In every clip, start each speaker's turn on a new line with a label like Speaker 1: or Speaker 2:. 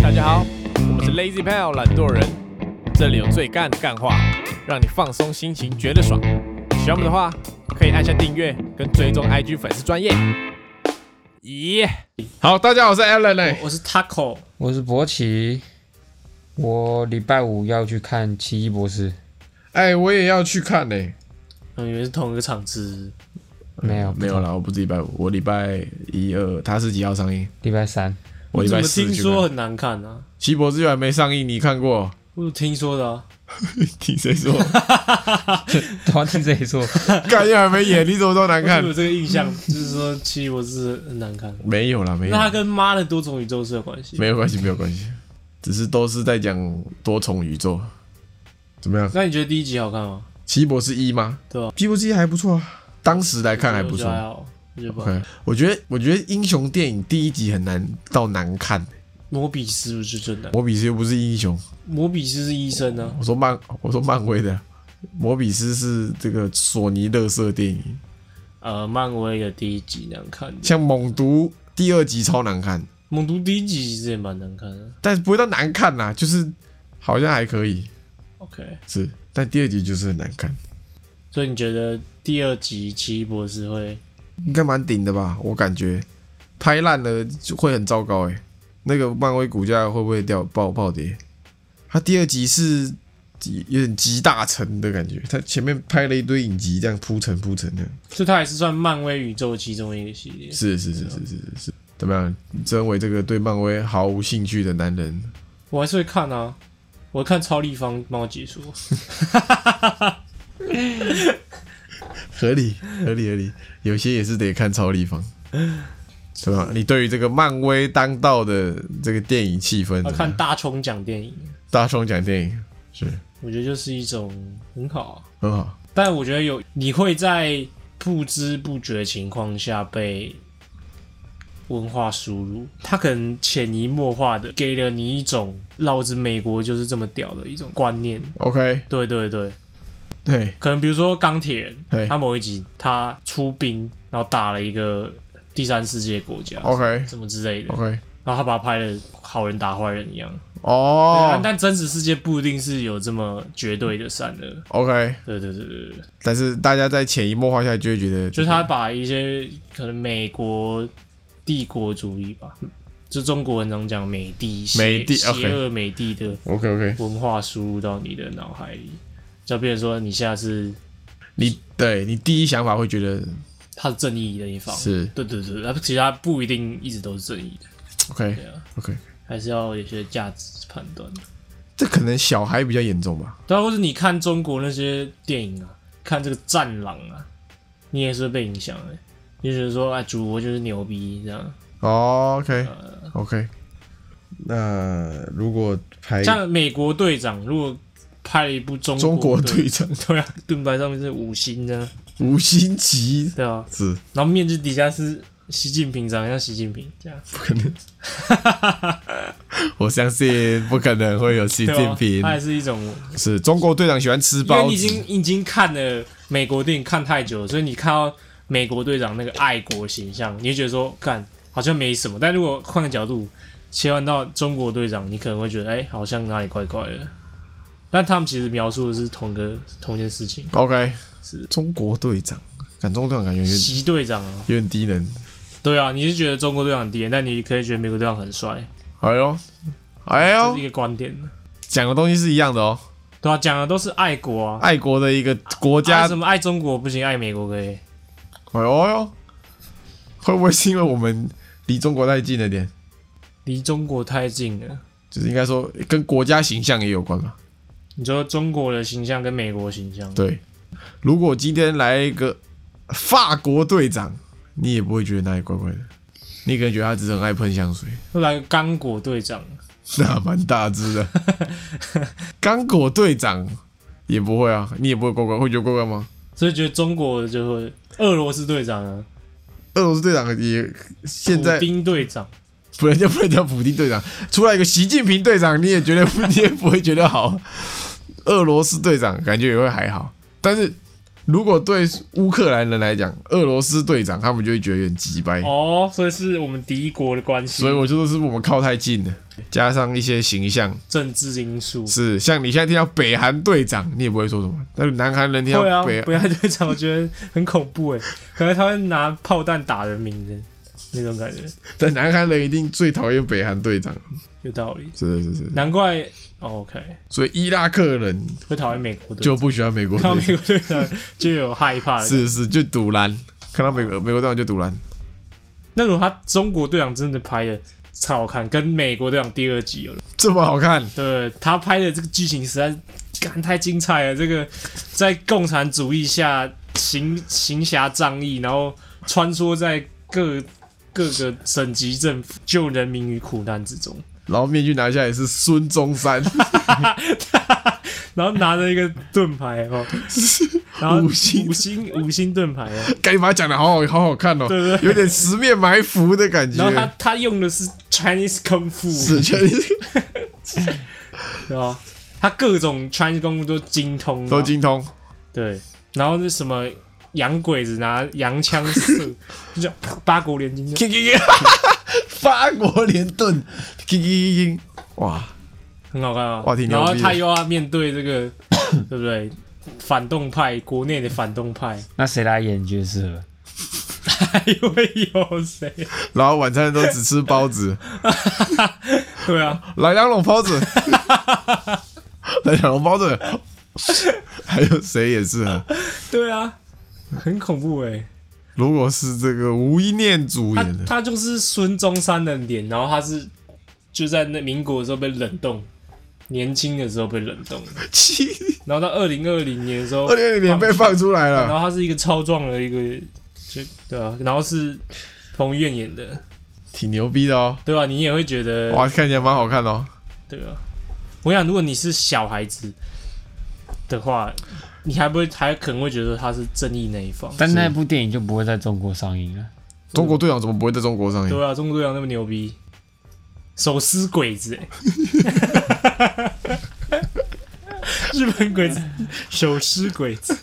Speaker 1: 大家好，我们是 Lazy Pal 懒惰人，这里有最干的干话，让你放松心情，觉得爽。喜欢我们的话，可以按下订阅跟追踪 IG 粉丝专业。咦、
Speaker 2: 好，大家好，我是 Alan 哎、
Speaker 3: 我是 Taco，
Speaker 4: 我是博奇，我礼拜五要去看《奇异博士》，
Speaker 2: 哎、我也要去看哎、
Speaker 3: 嗯，以为是同一个场次。
Speaker 4: 没有，
Speaker 2: 嗯没有啦，我不是礼拜五，我礼拜一二，他是几号上映？
Speaker 4: 礼拜三，
Speaker 2: 我礼
Speaker 3: 怎
Speaker 2: 拜
Speaker 3: 么
Speaker 2: 四
Speaker 3: 听
Speaker 2: 去
Speaker 3: 说
Speaker 2: 看。
Speaker 3: 很难看啊？
Speaker 2: 奇博之还没上映，你看 过？
Speaker 3: 我有听说的、啊，
Speaker 2: 听谁 说？
Speaker 4: 都要听这 里说，
Speaker 2: 感觉还没演，你怎么都难
Speaker 3: 我
Speaker 2: 看
Speaker 3: 有？这个印象， 就是说《奇异博士》很难看。
Speaker 2: 没有啦，没有
Speaker 3: 那，它跟《妈的多重宇宙》是有关系？
Speaker 2: 没有关系，没有关系，只是都是在讲多重宇宙。怎么样？
Speaker 3: 那你觉得第一集好看吗？
Speaker 2: 奇博士一吗？
Speaker 3: 对啊
Speaker 2: 奇博士一还不错啊，当时来看还不
Speaker 3: 我觉
Speaker 2: 错
Speaker 3: 得。还好，我觉得不好。
Speaker 2: OK，我觉得，我觉得英雄电影第一集很难到难看。
Speaker 3: 摩比斯不是真的，
Speaker 2: 摩比斯又不是英雄，
Speaker 3: 摩比斯是医生呢、
Speaker 2: 我说漫，我说漫威的，摩比斯是这个索尼乐色电影，
Speaker 3: 啊。呃，漫威的第一集难看的，
Speaker 2: 像《猛毒》第二集超难看，
Speaker 3: 猛毒第一集其实也蛮难看的。
Speaker 2: 但是不会到难看啦，就是好像还可以，
Speaker 3: OK，
Speaker 2: 是，但第二集就是很难看，
Speaker 3: 所以你觉得第二集《奇异博士》会？
Speaker 2: 应该蛮顶的吧？我感觉拍烂了就会很糟糕诶、欸那个漫威股价会不会掉暴暴跌？它第二集是有点集大成的感觉，它前面拍了一堆影集，这样铺陈铺陈的，
Speaker 3: 所以它也是算漫威宇宙其中一个系列。
Speaker 2: 是是是是是是是，怎么样？身为这个对漫威毫无兴趣的男人，
Speaker 3: 我还是会看啊，我会看超立方帮我解说。
Speaker 2: 合理合理合理，有些也是得看超立方，对吧？你对于这个漫威当道的这个电影气氛
Speaker 3: 要
Speaker 2: 怎么
Speaker 3: 啊看
Speaker 2: 样，
Speaker 3: 大冲奖电影，
Speaker 2: 大双讲电影是
Speaker 3: 我觉得就是一种很好、啊，
Speaker 2: 很好，
Speaker 3: 但我觉得有你会在不知不觉情况下被文化输入，它可能潜移默化的给了你一种老子美国就是这么屌的一种观念。
Speaker 2: OK，
Speaker 3: 对对对，
Speaker 2: 对
Speaker 3: 可能比如说钢铁人，
Speaker 2: 对
Speaker 3: 他某一集他出兵，然后打了一个第三世界国家
Speaker 2: ，OK
Speaker 3: 什么之类的，
Speaker 2: OK，
Speaker 3: 然后他把他拍的好人打坏人一样。啊
Speaker 2: 哦
Speaker 3: 但但真实世界不一定是有这么绝对的善恶。
Speaker 2: ，OK，
Speaker 3: 对对对对对，
Speaker 2: 但是大家在潜移默化下就会觉得，
Speaker 3: 就是他把一些可能美国帝国主义吧，就中国人常讲美帝邪
Speaker 2: 美帝
Speaker 3: 邪
Speaker 2: OK
Speaker 3: 恶美帝的
Speaker 2: OK OK，
Speaker 3: 文化输入到你的脑海里，就变成说你现在是
Speaker 2: 你对你第一想法会觉得
Speaker 3: 他是正义的一方。
Speaker 2: 是
Speaker 3: 对对对，他其实他不一定一直都是正义的，
Speaker 2: OK
Speaker 3: 对啊，
Speaker 2: OK，
Speaker 3: 还是要有一些价值判断。
Speaker 2: 这可能小孩比较严重吧。
Speaker 3: 对啊，或者你看中国那些电影啊，看这个《战狼》啊，你也是会被影响的、你就觉得说，哎，祖国就是牛逼这样。
Speaker 2: 哦，OK，OK、o
Speaker 3: 呃
Speaker 2: k OK，那如果排
Speaker 3: 像美国队长如果拍了一部中
Speaker 2: 中国
Speaker 3: 队，
Speaker 2: 队长
Speaker 3: 对啊，盾牌上面是五星这样，
Speaker 2: 吴昕奇
Speaker 3: 对啊，
Speaker 2: 是
Speaker 3: 然后面具底下是习近平，长得像习近平这样，
Speaker 2: 不可能，我相信不可能会有习
Speaker 3: 对
Speaker 2: 近
Speaker 3: 啊，
Speaker 2: 平。
Speaker 3: 它也是一种，
Speaker 2: 是中国队长喜欢吃
Speaker 3: 因为
Speaker 2: 包
Speaker 3: 你已
Speaker 2: 子
Speaker 3: 经你已经看了美国电影看太久了，所以你看到美国队长那个爱国形象，你就觉得说，干好像没什么，但如果换个角度切换到中国队长，你可能会觉得，哎、好像哪里怪怪的。但他们其实描述的是同个同一件事情，
Speaker 2: ，OK，
Speaker 3: 是
Speaker 2: 中国队长，感中国队长感觉有点
Speaker 3: 习队长啊，
Speaker 2: 有点低能。
Speaker 3: 对啊，你是觉得中国队长很低人，但你可以觉得美国队长很帅，
Speaker 2: 哎呦，哎
Speaker 3: 这
Speaker 2: 呦
Speaker 3: 是一，个观点。
Speaker 2: 讲的东西是一样的哦，
Speaker 3: 对啊，讲的都是爱国啊，
Speaker 2: 爱国的一个国
Speaker 3: 爱
Speaker 2: 家。
Speaker 3: 什么爱中国不行，爱美国可以。
Speaker 2: 哎呦哎呦，会不会是因为我们离中国太近了点？
Speaker 3: 离中国太近了，
Speaker 2: 就是应该说跟国家形象也有关吧。
Speaker 3: 你说中国的形象跟美国形象，
Speaker 2: 对，如果今天来一个法国队长，你也不会觉得哪里怪怪的，你可能觉得他只是很爱喷香水，
Speaker 3: 后来刚果队长，
Speaker 2: 那蛮大只 的。刚果队长也不会啊，你也不会怪怪，会觉得怪怪吗？
Speaker 3: 所以觉得中国就会俄罗斯队长啊，
Speaker 2: 俄罗斯队长也现在
Speaker 3: 普丁队长，
Speaker 2: 不能叫 不能叫普丁队长，出来一个习近平队长，你也觉得 你也不会觉得好。俄罗斯队长感觉也会还好，但是如果对乌克兰人来讲，俄罗斯队长他们就会觉得有点鸡掰，
Speaker 3: 哦，所以是我们敌国的关系，
Speaker 2: 所以我就说是我们靠太近了，加上一些形象，
Speaker 3: 政治因素。
Speaker 2: 是像你现在听到北韩队长，你也不会说什么，但是南韩人听
Speaker 3: 对啊
Speaker 2: 到北，，
Speaker 3: 不要队长，我觉得很恐怖哎，可能他会拿炮弹打人民的那种感觉，
Speaker 2: 但南韩人一定最讨厌北韩队长，
Speaker 3: 有道理。
Speaker 2: 是是是，
Speaker 3: 难怪、哦、OK
Speaker 2: 所以伊拉克人
Speaker 3: 会讨厌美国队长，
Speaker 2: 就不喜欢美国
Speaker 3: 看到
Speaker 2: 队
Speaker 3: 美
Speaker 2: 长，
Speaker 3: 国队长就有害怕的。
Speaker 2: 是是就堵拦，看到美国美国队长就堵拦，
Speaker 3: 那如果他中国队长真的拍的超好看，跟美国队长第二集有了，
Speaker 2: 这么好看，
Speaker 3: 对他拍的这个剧情实在感太精彩了。这个在共产主义下行行侠仗义，然后穿梭在各各个省级政府，救人民于苦难之中。
Speaker 2: 然后面具拿下来是孙中山，
Speaker 3: 然后拿着一个盾牌哦，然后
Speaker 2: 五星
Speaker 3: 五星五星盾牌哦，
Speaker 2: 感觉把它讲的好好好好看哦，
Speaker 3: 对对对
Speaker 2: 有点十面埋伏的感觉
Speaker 3: 然后，他他用的是 Chinese 功夫，
Speaker 2: 是确实
Speaker 3: 对吧？哦他各种 Chinese 功夫都精通嘛，
Speaker 2: 都精通，
Speaker 3: 对。然后那什么洋鬼子拿洋枪射，就叫八国 联军，
Speaker 2: 叮叮叮 法国联盾，叮叮叮叮哇，
Speaker 3: 很好看啊
Speaker 2: 哇挺。牛
Speaker 3: 然后
Speaker 2: 逼的
Speaker 3: 他又要面对这个， 对不对？反动派，国内的反 动派，
Speaker 4: 那谁来演角色？
Speaker 3: 还会有谁？
Speaker 2: 然后晚餐都只吃包子，
Speaker 3: 对啊，
Speaker 2: 来两笼包子， 来两笼包子， 还有谁也是啊？
Speaker 3: 对啊，很恐怖哎、
Speaker 2: 如果是这个吴一念主
Speaker 3: 他
Speaker 2: 演的，
Speaker 3: 他就是孙中山的脸，然后他是就在那民国的时候被冷冻，年轻的时候被冷 冻，
Speaker 2: 七
Speaker 3: 然后到二零二零年的时候，
Speaker 2: 二零二零年被放出来
Speaker 3: 然
Speaker 2: 了，
Speaker 3: 后他是一个超壮的一个，就对啊，然后是彭于晏演的，
Speaker 2: 挺牛逼的哦。
Speaker 3: 对吧、啊你也会觉得
Speaker 2: 哇，看起来蛮好看哦。
Speaker 3: 对啊，我想如果你是小孩子的话，你还不会还可能会觉得他是正义那一方，
Speaker 4: 但那部电影就不会在中国上映了。
Speaker 2: 中国队长怎么不会在中国上映？
Speaker 3: 对啊，中国队长那么牛逼，手撕鬼子、欸， 日本鬼子手撕鬼子，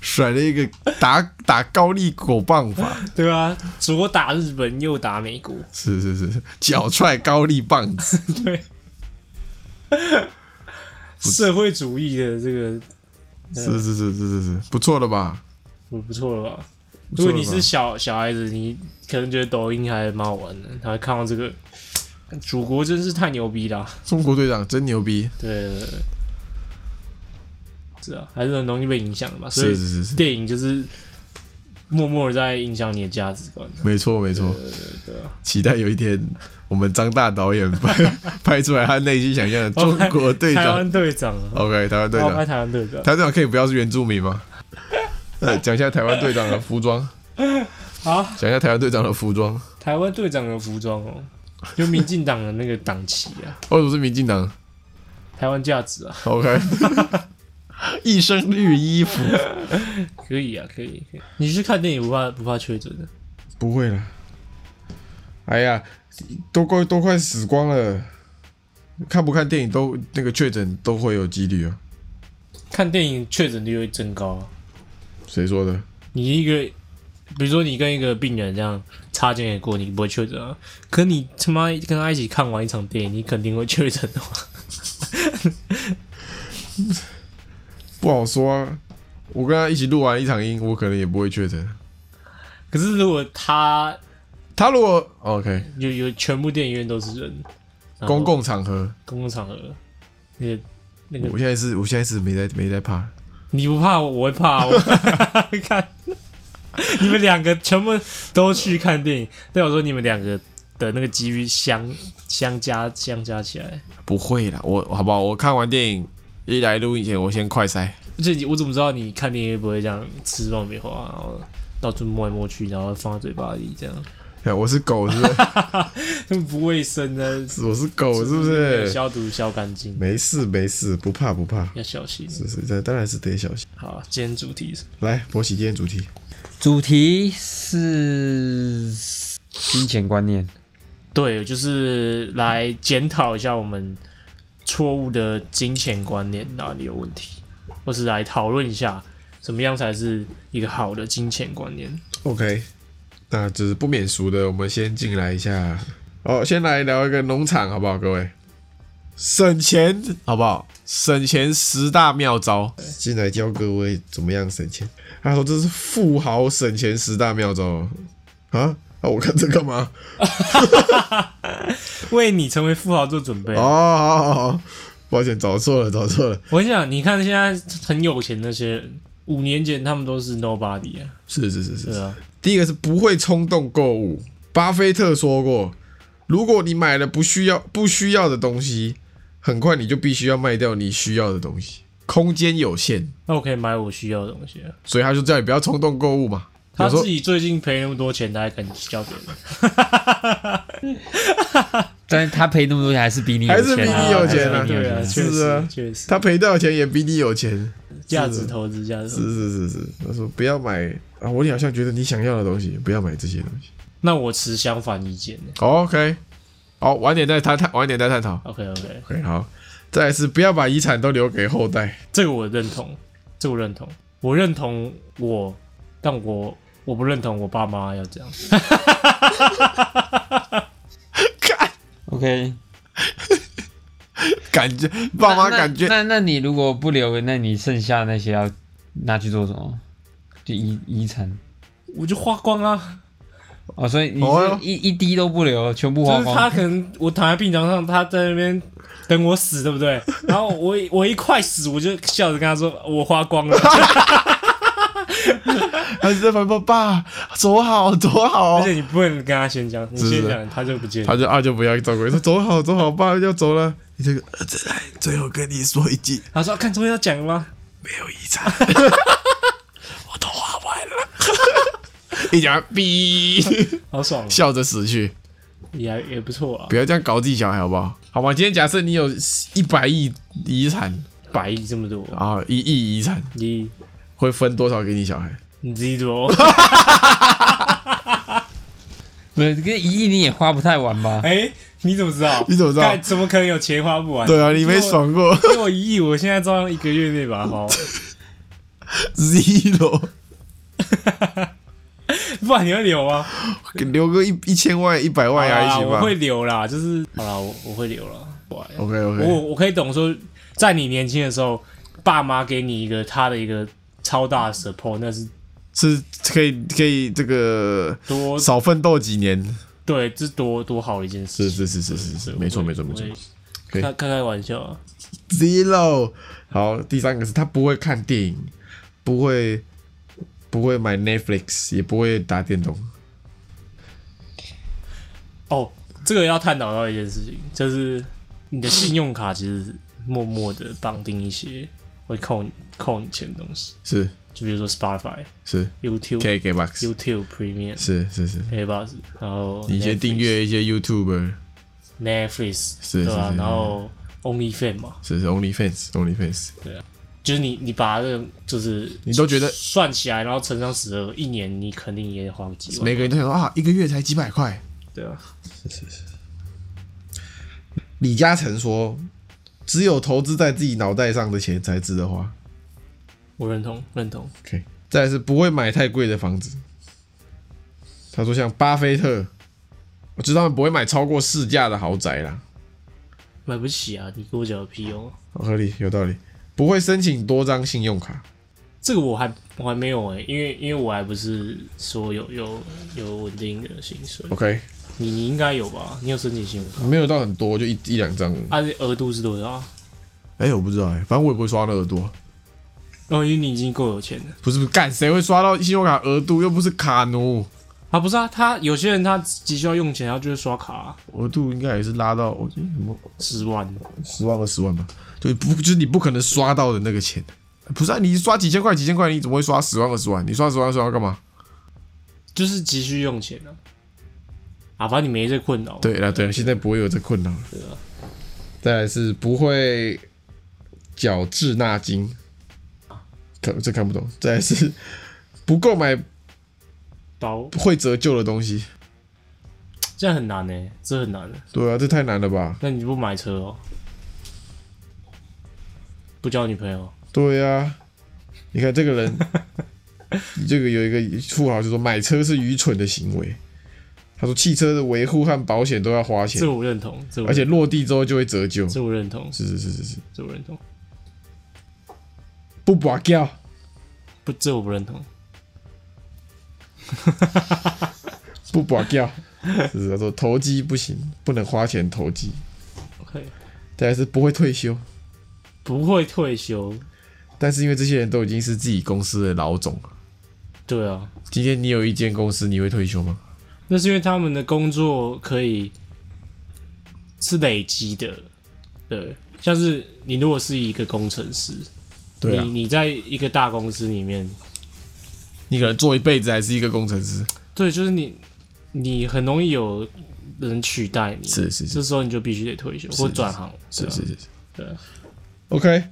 Speaker 2: 甩了一个打 打高丽狗棒法，
Speaker 3: 对啊，左打日本，右打美国，
Speaker 2: 是是是，脚踹高丽棒子，
Speaker 3: 社会主义的这个
Speaker 2: 是是是是是是，不错了吧？
Speaker 3: 不不错了吧？
Speaker 2: 错
Speaker 3: 如
Speaker 2: 了吧
Speaker 3: 果你是小小孩子，你可能觉得抖音还蛮好玩的，然后看到这个。祖国真是太牛逼啦、
Speaker 2: 中国队长真牛逼，
Speaker 3: 对对对对，是啊，还是很容易被影响的嘛。所以
Speaker 2: 是是是是，
Speaker 3: 电影就是默默的在影响你的价值观。
Speaker 2: 没错没错。
Speaker 3: 对啊，
Speaker 2: 期待有一天我们张大导 演拍拍出来他内心想象的中国队
Speaker 3: 台
Speaker 2: 长。
Speaker 3: 湾队长啊，
Speaker 2: OK，台湾队
Speaker 3: 我
Speaker 2: 长，
Speaker 3: 拍台湾队长。
Speaker 2: 台湾队长可以不要是原住民吗？ 呃，讲一下台湾队长的服装，
Speaker 3: 好，
Speaker 2: 讲一下台湾队长的服装。
Speaker 3: 台湾队长的服装哦，就民进党的那个党旗啊，
Speaker 2: 为什哦么是民进党
Speaker 3: 台湾价值啊，
Speaker 2: ？OK，一身绿衣服，
Speaker 3: 可以啊，可以。可以你去看电影不怕不怕确诊的？
Speaker 2: 不会了。哎呀，都快都快死光了，看不看电影都那个确诊都会有几率啊？
Speaker 3: 看电影确诊率会增高啊。
Speaker 2: 谁说的？
Speaker 3: 你一个，比如说你跟一个病人这样擦肩而过，你不会确诊啊。可你他妈跟他一起看完一场电影，你肯定会确诊的嘛。
Speaker 2: 不好说啊。我跟他一起录完一场音，我可能也不会确诊。
Speaker 3: 可是如果他
Speaker 2: 他如果 OK
Speaker 3: 有有全部电影院都是人，然后
Speaker 2: 公共场合，
Speaker 3: 公共场合，那个那个
Speaker 2: 我现在是我现在是没在没在怕，
Speaker 3: 你不怕我，我会怕 我。看，你们两个全部都去看电影，对我说你们两个的那个机遇相相加相加起来，
Speaker 2: 不会啦。我好不好？我看完电影一来录音前，我先快塞。
Speaker 3: 而且你我怎么知道你看电影会不会这样吃爆米花，然后到处摸来摸去，然后放在嘴巴里这样，
Speaker 2: 哎 我是狗是不 是？
Speaker 3: 那么不卫生呢？
Speaker 2: 我是狗是不是？
Speaker 3: 消毒消干净，
Speaker 2: 没事没事，不怕不怕，
Speaker 3: 要小心。
Speaker 2: 是是，这当然是得小心。
Speaker 3: 好，啊今天主题是
Speaker 2: 来，博喜今天主题，
Speaker 4: 主题是金钱观念。
Speaker 3: 对，就是来检讨一下我们错误的金钱观念哪里有问题。或是来讨论一下怎么样才是一个好的金钱观念。
Speaker 2: OK，那就是不免俗的，我们先进来一下。哦，先来聊一个农场好不好，各位？省钱好不好？省钱十大妙招，进来教各位怎么样省钱。他说这是富豪省钱十大妙招哦啊！啊，我看这干嘛？
Speaker 3: 为你成为富豪做准备。
Speaker 2: 哦，好好好，抱歉，找错了，找错了。
Speaker 3: 我跟你讲，你看现在很有钱那些人，五年前他们都是 nobody 啊，
Speaker 2: 是是是是
Speaker 3: 对啊，
Speaker 2: 第一个是不会冲动购物。巴菲特说过，如果你买了不需要不需要的东西，很快你就必须要卖掉你需要的东西。空间有限，
Speaker 3: 那我可以买我需要的东西啊。
Speaker 2: 所以他就叫你不要冲动购物嘛。
Speaker 3: 他
Speaker 2: 有时候
Speaker 3: 自己最近赔那么多钱，他还敢教别人？
Speaker 4: 但是他赔那么多钱，还是比你有
Speaker 2: 还是
Speaker 4: 钱
Speaker 2: 比
Speaker 4: 啊，
Speaker 2: 你有钱
Speaker 4: 还
Speaker 2: 啊
Speaker 4: 是比你
Speaker 3: 对
Speaker 4: 有钱
Speaker 3: 啊，
Speaker 4: 啊
Speaker 3: 确
Speaker 2: 是
Speaker 3: 实
Speaker 2: 啊
Speaker 3: 确实，
Speaker 2: 他赔到的钱也比你有钱。
Speaker 3: 价值投资，价值投
Speaker 2: 是是是
Speaker 3: 资。
Speaker 2: 是，他说不要买啊，我好像觉得你想要的东西，不要买这些东西。
Speaker 3: 那我持相反意见呢。
Speaker 2: OK，好，晚点再探探，晚点再探讨。
Speaker 3: OK OK，
Speaker 2: OK，好，再来是不要把遗产都留给后代。
Speaker 3: 这个我认同，这个我认同，我认同我，但我我不认同我爸妈要这样。
Speaker 4: OK，
Speaker 2: 感觉爸妈感觉
Speaker 4: 那那那那你如果不留，那你剩下那些要拿去做什么？就遗遗产
Speaker 3: 我就花光啊，
Speaker 4: 哦，所以你
Speaker 2: 哦哟
Speaker 4: 是一一滴都不留，全部
Speaker 3: 就
Speaker 4: 花
Speaker 3: 是他
Speaker 4: 光。
Speaker 3: 可能我躺在病床上，他在那边等我死，对不对？ 然后我一我一快死，我就笑着跟他说我花光 了，
Speaker 2: 他是在烦爸爸，走好走好
Speaker 3: 而且，你不能跟他先讲，你
Speaker 2: 是
Speaker 3: 先讲他就不见了
Speaker 2: 他。就啊就不要照顾，说走好走好，爸要走了。你这个儿子来，最后跟你说一句，
Speaker 3: 他说看终于要讲了吗？
Speaker 2: 没有遗产， 我都花完了。一讲哔，
Speaker 3: 好爽哦，
Speaker 2: 笑着死去，
Speaker 3: 也还也不错啊
Speaker 2: 不，要这样搞自己小孩好不好？好吧，今天假设你有一百亿遗产
Speaker 3: 百亿这么多，
Speaker 2: 啊，一亿遗产
Speaker 3: 你
Speaker 2: 会分多少给你小孩？
Speaker 3: 你自 己多。
Speaker 4: 不是，跟一亿你也花不太完吧？
Speaker 3: 哎、你怎么知道？
Speaker 2: 你怎么知道
Speaker 3: 干怎么可能有钱花不完？
Speaker 2: 对啊，你没爽 过
Speaker 3: 给我。给我一亿，我现在照样一个月内把它花完，
Speaker 2: zero，
Speaker 3: 不然你会留吗？
Speaker 2: 留个一一千万、一百万呀，一
Speaker 3: 好
Speaker 2: 起
Speaker 3: 啦
Speaker 2: 吧
Speaker 3: 我。会留啦，就是好啦，我我会留啦。我
Speaker 2: OK OK，
Speaker 3: 我可以懂说，在你年轻的时候，爸妈给你一个他的一个超大的 support，那是
Speaker 2: 是可以可以这个
Speaker 3: 多
Speaker 2: 少奋斗几年，
Speaker 3: 对，这是多多好的一件事
Speaker 2: 是
Speaker 3: 情。
Speaker 2: 是是是是是，
Speaker 3: 对
Speaker 2: 没错
Speaker 3: 我会
Speaker 2: 没错没错
Speaker 3: 我会
Speaker 2: 可以
Speaker 3: 开开开玩笑啊，
Speaker 2: ，zero。好，第三个是他不会看电影，不会不会买 Netflix，也不会打电动。
Speaker 3: 哦，这个要探讨到一件事情，就是你的信用卡其实默默的绑定一些会扣你扣你钱的东西，
Speaker 2: 是
Speaker 3: 就比如说 Spotify、
Speaker 2: 是
Speaker 3: YouTube、
Speaker 2: ，KK Box，
Speaker 3: YouTube Premium、
Speaker 2: 是是是，
Speaker 3: k b o s 然后
Speaker 2: 你先订阅一些 YouTuber，
Speaker 3: Netflix，
Speaker 2: 是
Speaker 3: 对吧
Speaker 2: 是？是
Speaker 3: 然后 OnlyFans 嘛，
Speaker 2: 是是 OnlyFans，OnlyFans，
Speaker 3: 就是你你把这个就是
Speaker 2: 你都觉得
Speaker 3: 算起来，然后乘上十二，一年你肯定也得花个几万，
Speaker 2: 每个人都想说啊，一个月才几百块，
Speaker 3: 对啊，
Speaker 2: 李嘉诚说：“只有投资在自己脑袋上的钱才值得花。
Speaker 3: 我认同认同，”
Speaker 2: OK，再来是不会买太贵的房子。他说像巴菲特，我知道他们不会买超过市价的豪宅啦，
Speaker 3: 买不起啊，你给我讲有屁用啊？
Speaker 2: 哦合理有道理。不会申请多张信用卡，
Speaker 3: 这个我还我还没有哎、因为因为我还不是说有有有稳定的薪水，
Speaker 2: OK，
Speaker 3: 你你应该有吧？你有申请信用卡？
Speaker 2: 没有到很多，就一一两张。
Speaker 3: 啊，额度是多少啊？
Speaker 2: 哎、我不知道哎、反正我也不会刷那额度啊。
Speaker 3: 哦，因为你已经够有钱了
Speaker 2: 不是不是干，谁会刷到信用卡额度？又不是卡奴，
Speaker 3: 啊，不是啊，他有些人他急需要用钱，他就是刷卡啊、
Speaker 2: 额度应该也是拉到我什么
Speaker 3: 十万，
Speaker 2: 十万二十万吧，对，不就是你不可能刷到的那个钱，不是啊？你刷几千块几千块，你怎么会刷十万二十万？你刷十万二十万干嘛？
Speaker 3: 就是急需用钱啊。啊，反正你没这困扰。
Speaker 2: 对了对了，现在不会有这困扰了。
Speaker 3: 对啊，
Speaker 2: 再来是不会缴滞纳金，看这看不懂。再来是不购买
Speaker 3: 包
Speaker 2: 会折旧的东西，
Speaker 3: 这样很难呢、这很难。
Speaker 2: 对啊，这太难了吧？
Speaker 3: 那你不买车哦？不交女朋友？
Speaker 2: 对对呀、你看这个人，这个有一个富豪就说买车是愚蠢的行为。他说汽车的维护和保险都要花钱
Speaker 3: 这，我认同，这我
Speaker 2: 而且落地之后就会折旧。
Speaker 3: 这我认同，
Speaker 2: 是是是是是，
Speaker 3: 这我认同，
Speaker 2: 不拔掉。
Speaker 3: 不，这我不认同。
Speaker 2: 不拔掉，是是他说投机不行，不能花钱投机。
Speaker 3: OK，
Speaker 2: 再来是不会退休，
Speaker 3: 不会退休，
Speaker 2: 但是因为这些人都已经是自己公司的老总了，
Speaker 3: 对啊，
Speaker 2: 今天你有一间公司，你会退休吗？
Speaker 3: 那是因为他们的工作可以是累积的，对，像是你如果是一个工程师，
Speaker 2: 对啊
Speaker 3: 你，你在一个大公司里面，
Speaker 2: 你可能做一辈子还是一个工程师。
Speaker 3: 对，就是你你很容易有人取代你，
Speaker 2: 是是是
Speaker 3: 这时候你就必须得退休或转行，
Speaker 2: 是
Speaker 3: 对啊
Speaker 2: 是是是，
Speaker 3: 对啊
Speaker 2: OK，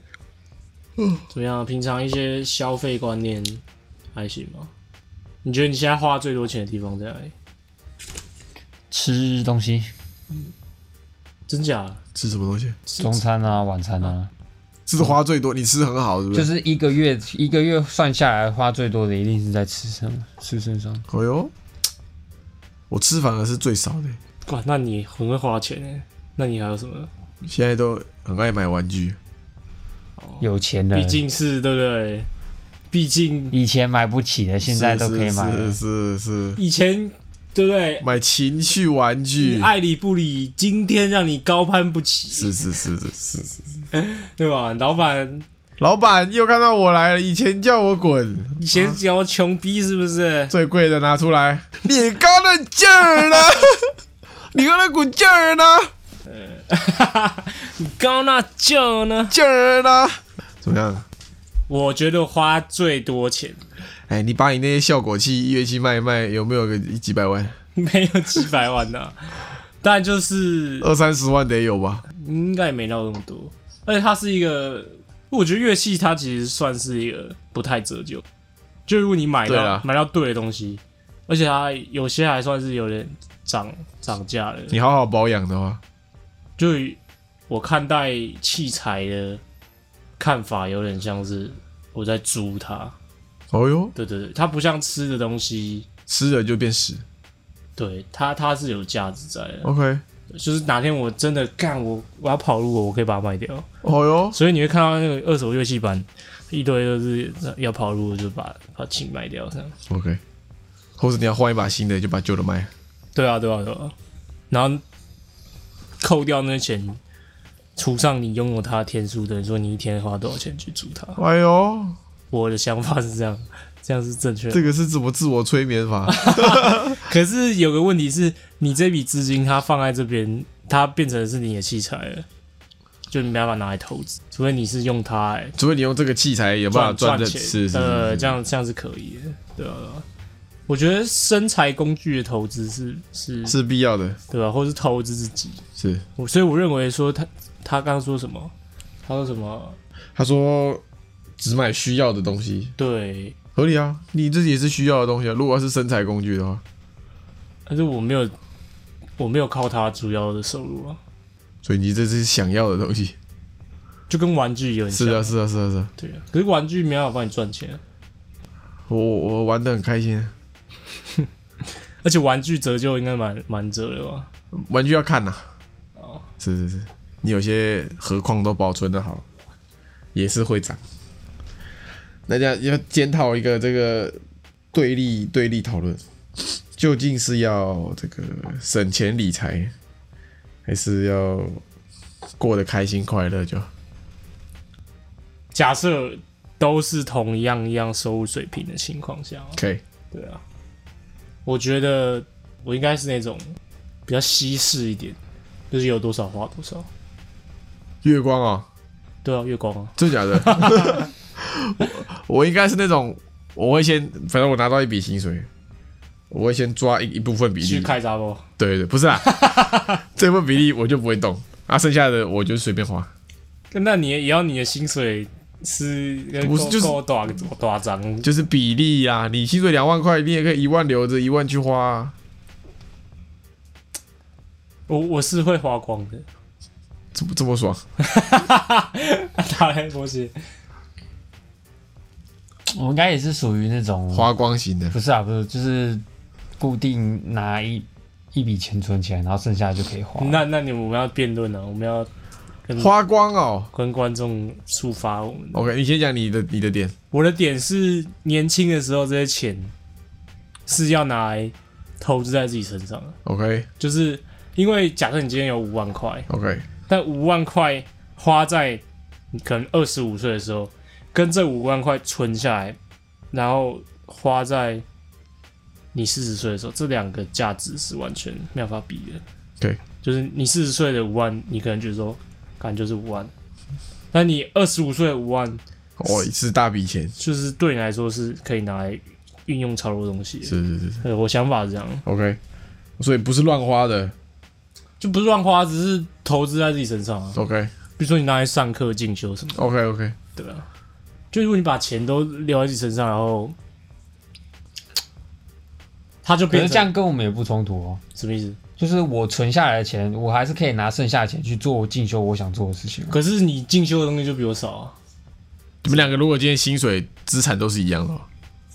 Speaker 3: 怎么样？啊平常一些消费观念还行吗？你觉得你现在花最多钱的地方在哪里？
Speaker 4: 吃东西，
Speaker 3: 真假？
Speaker 2: 吃什么东西？
Speaker 4: 中餐啊、晚餐啊，
Speaker 2: 吃的花最多，你吃很好是不是？
Speaker 4: 就是一个月一个月算下来花最多的一定是在吃上吃身上。
Speaker 2: 哎呦，我吃反而是最少的，
Speaker 3: 哇，那你很会花钱哎，那你还有什么？
Speaker 2: 现在都很爱买玩具。
Speaker 4: 有钱的
Speaker 3: 毕
Speaker 4: 人，
Speaker 3: 竟是对不对？毕竟
Speaker 4: 以前买不起的，现在都可以买
Speaker 2: 是
Speaker 4: 了。
Speaker 2: 是是是，
Speaker 3: 以前对不对？
Speaker 2: 买情趣玩具
Speaker 3: 你，爱理不理，今天让你高攀不起，
Speaker 2: 是是是是是是。
Speaker 3: 对吧？老板
Speaker 2: 老板又看到我来了，以前叫我滚，
Speaker 3: 以前
Speaker 2: 啊
Speaker 3: 讲我穷逼是不是？
Speaker 2: 最贵的拿出来，你刚那劲儿 呢？你刚那股劲儿呢？
Speaker 3: 高那就呢？
Speaker 2: 劲儿呢？怎么样？
Speaker 3: 我觉得花最多钱
Speaker 2: 哎，你把你那些效果器、乐器卖一卖，有没有个几百万、
Speaker 3: 没有几百万呐、但就是
Speaker 2: 二三十万得有吧？
Speaker 3: 应该也没到那么多。而且它是一个，我觉得乐器它其实算是一个不太折旧，就如果你买
Speaker 2: 对
Speaker 3: 到
Speaker 2: 啦
Speaker 3: 买到对的东西，而且它有些还算是有点涨涨价了。
Speaker 2: 你好好保养的话，
Speaker 3: 就我看待器材的看法有点像是我在租它，
Speaker 2: 哦哟，
Speaker 3: 对对对，它不像吃的东西，
Speaker 2: 吃了就变屎。
Speaker 3: 对它它是有价值在的。
Speaker 2: OK，
Speaker 3: 就是哪天我真的干我我要跑路了，我可以把它卖掉。
Speaker 2: 哦哟，
Speaker 3: 所以你会看到那个二手乐器版一堆都是要跑路的就把把琴卖掉这样。
Speaker 2: OK，或者你要换一把新的，就把旧的卖。
Speaker 3: 对啊对啊对啊，然后扣掉那些钱，除上你拥有它的天数，等于说你一天花多少钱去租它。
Speaker 2: 哎呦，
Speaker 3: 我的想法是这样，这样是正确的。
Speaker 2: 这个是怎么自我催眠 法？
Speaker 3: 可是有个问题是，你这笔资金它放在这边，它变成是你的器材了，就你没办法拿来投资，除非你是用它欸来
Speaker 2: 除非你用这个器材有办法
Speaker 3: 赚
Speaker 2: 的，
Speaker 3: 钱，
Speaker 2: 是是
Speaker 3: 呃，
Speaker 2: 是，
Speaker 3: 这样这样是可以的，对啊？对啊我觉得身材工具的投资是是
Speaker 2: 是必要的，
Speaker 3: 对啊吧、或是投资自己，
Speaker 2: 是。
Speaker 3: 我所以我认为说他他刚刚说什么，他说什么？
Speaker 2: 他说只买需要的东西，
Speaker 3: 对，
Speaker 2: 合理啊，你自己也是需要的东西啊。如果要是身材工具的话，
Speaker 3: 但是我没有我没有靠它主要的收入啊，
Speaker 2: 所以你这是想要的东西。
Speaker 3: 就跟玩具有点像，
Speaker 2: 是啊，是啊，是啊，是啊。
Speaker 3: 对啊。可是玩具没办法帮你赚钱啊、
Speaker 2: 我我我玩的很开心啊，
Speaker 3: 而且玩具折旧应该蛮蛮折的吧？
Speaker 2: 玩具要看呐、
Speaker 3: 哦
Speaker 2: 是是是，你有些何况都保存的好，也是会涨。大家要检讨一个这个对立对立讨论，究竟是要这个省钱理财，还是要过得开心快乐就好？
Speaker 3: 假设都是同一样一样收入水平的情况下，
Speaker 2: 可以，
Speaker 3: 对啊，我觉得我应该是那种比较稀释一点，就是有多少花多少。
Speaker 2: 月光哦，
Speaker 3: 对啊，月光啊，
Speaker 2: 真假的？我我应该是那种，我会先，反正我拿到一笔薪水，我会先抓一一部分比
Speaker 3: 去
Speaker 2: 例，
Speaker 3: 开闸不？
Speaker 2: 对对对，不是啊，这部分比例我就不会动，啊，剩下的我就随便花。
Speaker 3: 那你也要你的薪水是
Speaker 2: 不是
Speaker 3: 够
Speaker 2: 就是
Speaker 3: 够多少多少张？
Speaker 2: 就是比例呀、啊，你薪水两万块，你也可以一万留着，一万去花、啊。
Speaker 3: 我我是会花光的。
Speaker 2: 这么这么爽，
Speaker 3: 打来波鞋，
Speaker 4: 我应该也是属于那种
Speaker 2: 花光型的
Speaker 4: 不是啊，不是，就是固定拿一一笔钱存起来，然后剩下的就可以花。
Speaker 3: 那那你们我们要辩论了，啊我们要跟
Speaker 2: 花光哦。
Speaker 3: 跟观众抒发我们的。
Speaker 2: OK，你先讲你的你的点，
Speaker 3: 我的点是，年轻的时候这些钱是要拿来投资在自己身上的，
Speaker 2: OK
Speaker 3: 就是因为假设你今天有五万块，
Speaker 2: OK，
Speaker 3: 但五万块花在你可能二十五岁的时候，跟这五万块存下来，然后花在你四十岁的时候，这两个价值是完全没有办法比的。
Speaker 2: 对，
Speaker 3: 就是你四十岁的五万，你可能觉得说，感觉就是五万，但你二十五岁的五万，
Speaker 2: 哦，是大笔钱，
Speaker 3: 就是对你来说是可以拿来运用超多东西的。
Speaker 2: 是是是是
Speaker 3: 对，我想法是这样，
Speaker 2: ，OK，所以不是乱花的
Speaker 3: 就不是乱花，只是投资在自己身上啊。
Speaker 2: ，OK
Speaker 3: 比如说你拿来上课、进修什么的。
Speaker 2: OK OK，
Speaker 3: 对啊，就如果你把钱都留在自己身上，然后他就
Speaker 4: 可
Speaker 3: 变
Speaker 4: 是这
Speaker 3: 成
Speaker 4: 样跟我们也不冲突哦。
Speaker 3: 什么意思？
Speaker 4: 就是我存下来的钱，我还是可以拿剩下的钱去做进修我想做的事情。
Speaker 3: 可是你进修的东西就比我少啊，
Speaker 2: 你们两个如果今天薪水资产都是一样的哦，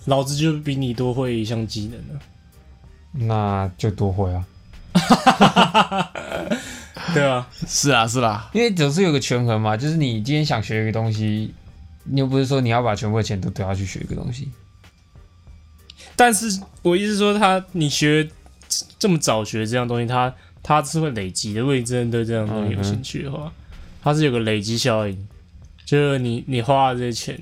Speaker 3: 老子就比你多会一项技能啊，
Speaker 4: 那就多会啊，
Speaker 3: 对啊，
Speaker 2: 是啊是啦，
Speaker 4: 因为总是有个权衡嘛。就是你今天想学一个东西，你又不是说你要把全部的钱都丢下去学一个东西。
Speaker 3: 但是我意思是说他，你学这么早学这样东西，他他是会累积的。如果你真的对这样东西有兴趣的话，它是有个累积效应，就是你你花的这些钱，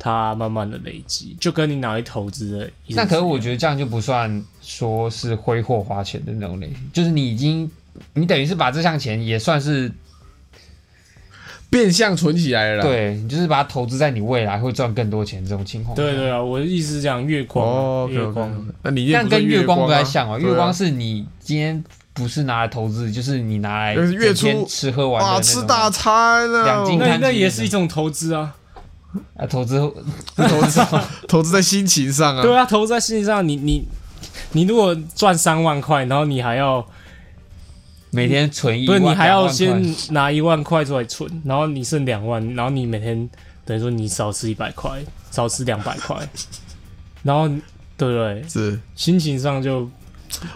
Speaker 3: 它慢慢的累积，就跟你拿去投资的意思一样。
Speaker 4: 那可是我觉得这样就不算说是挥霍花钱的那种类型，就是你已经你等于是把这项钱也算是
Speaker 2: 变相存起来了啦，
Speaker 4: 对，你就是把它投资在你未来会赚更多钱这种情况。
Speaker 3: 对对啊，我的意思是讲月光啊、
Speaker 2: 哦，
Speaker 3: 月光，，
Speaker 2: 那你也
Speaker 4: 但
Speaker 2: 不是
Speaker 4: 跟月光
Speaker 2: 光
Speaker 4: 不
Speaker 2: 啊
Speaker 4: 太像哦，
Speaker 2: 对啊
Speaker 4: 月光是你今天不是拿来投资，就是你拿来
Speaker 2: 就是月
Speaker 4: 整天
Speaker 2: 初
Speaker 4: 吃喝玩乐
Speaker 2: 哇，
Speaker 4: 那
Speaker 2: 吃
Speaker 4: 种
Speaker 2: 大餐啊，
Speaker 4: 两斤
Speaker 3: 那那也是一种投资啊。
Speaker 4: 啊投资
Speaker 2: 投资 投资在心情上啊，
Speaker 3: 对啊，投资在心理上，你你你如果赚三万块，然后你还要
Speaker 4: 每天存一
Speaker 3: 不
Speaker 4: 万，
Speaker 3: 是你还
Speaker 4: 两
Speaker 3: 要
Speaker 4: 万块
Speaker 3: 先拿一万块出来存，然后你剩两万，然后你每天等于说你少吃一百块，少吃两百块， 然后对不对？
Speaker 2: 是，
Speaker 3: 心情上就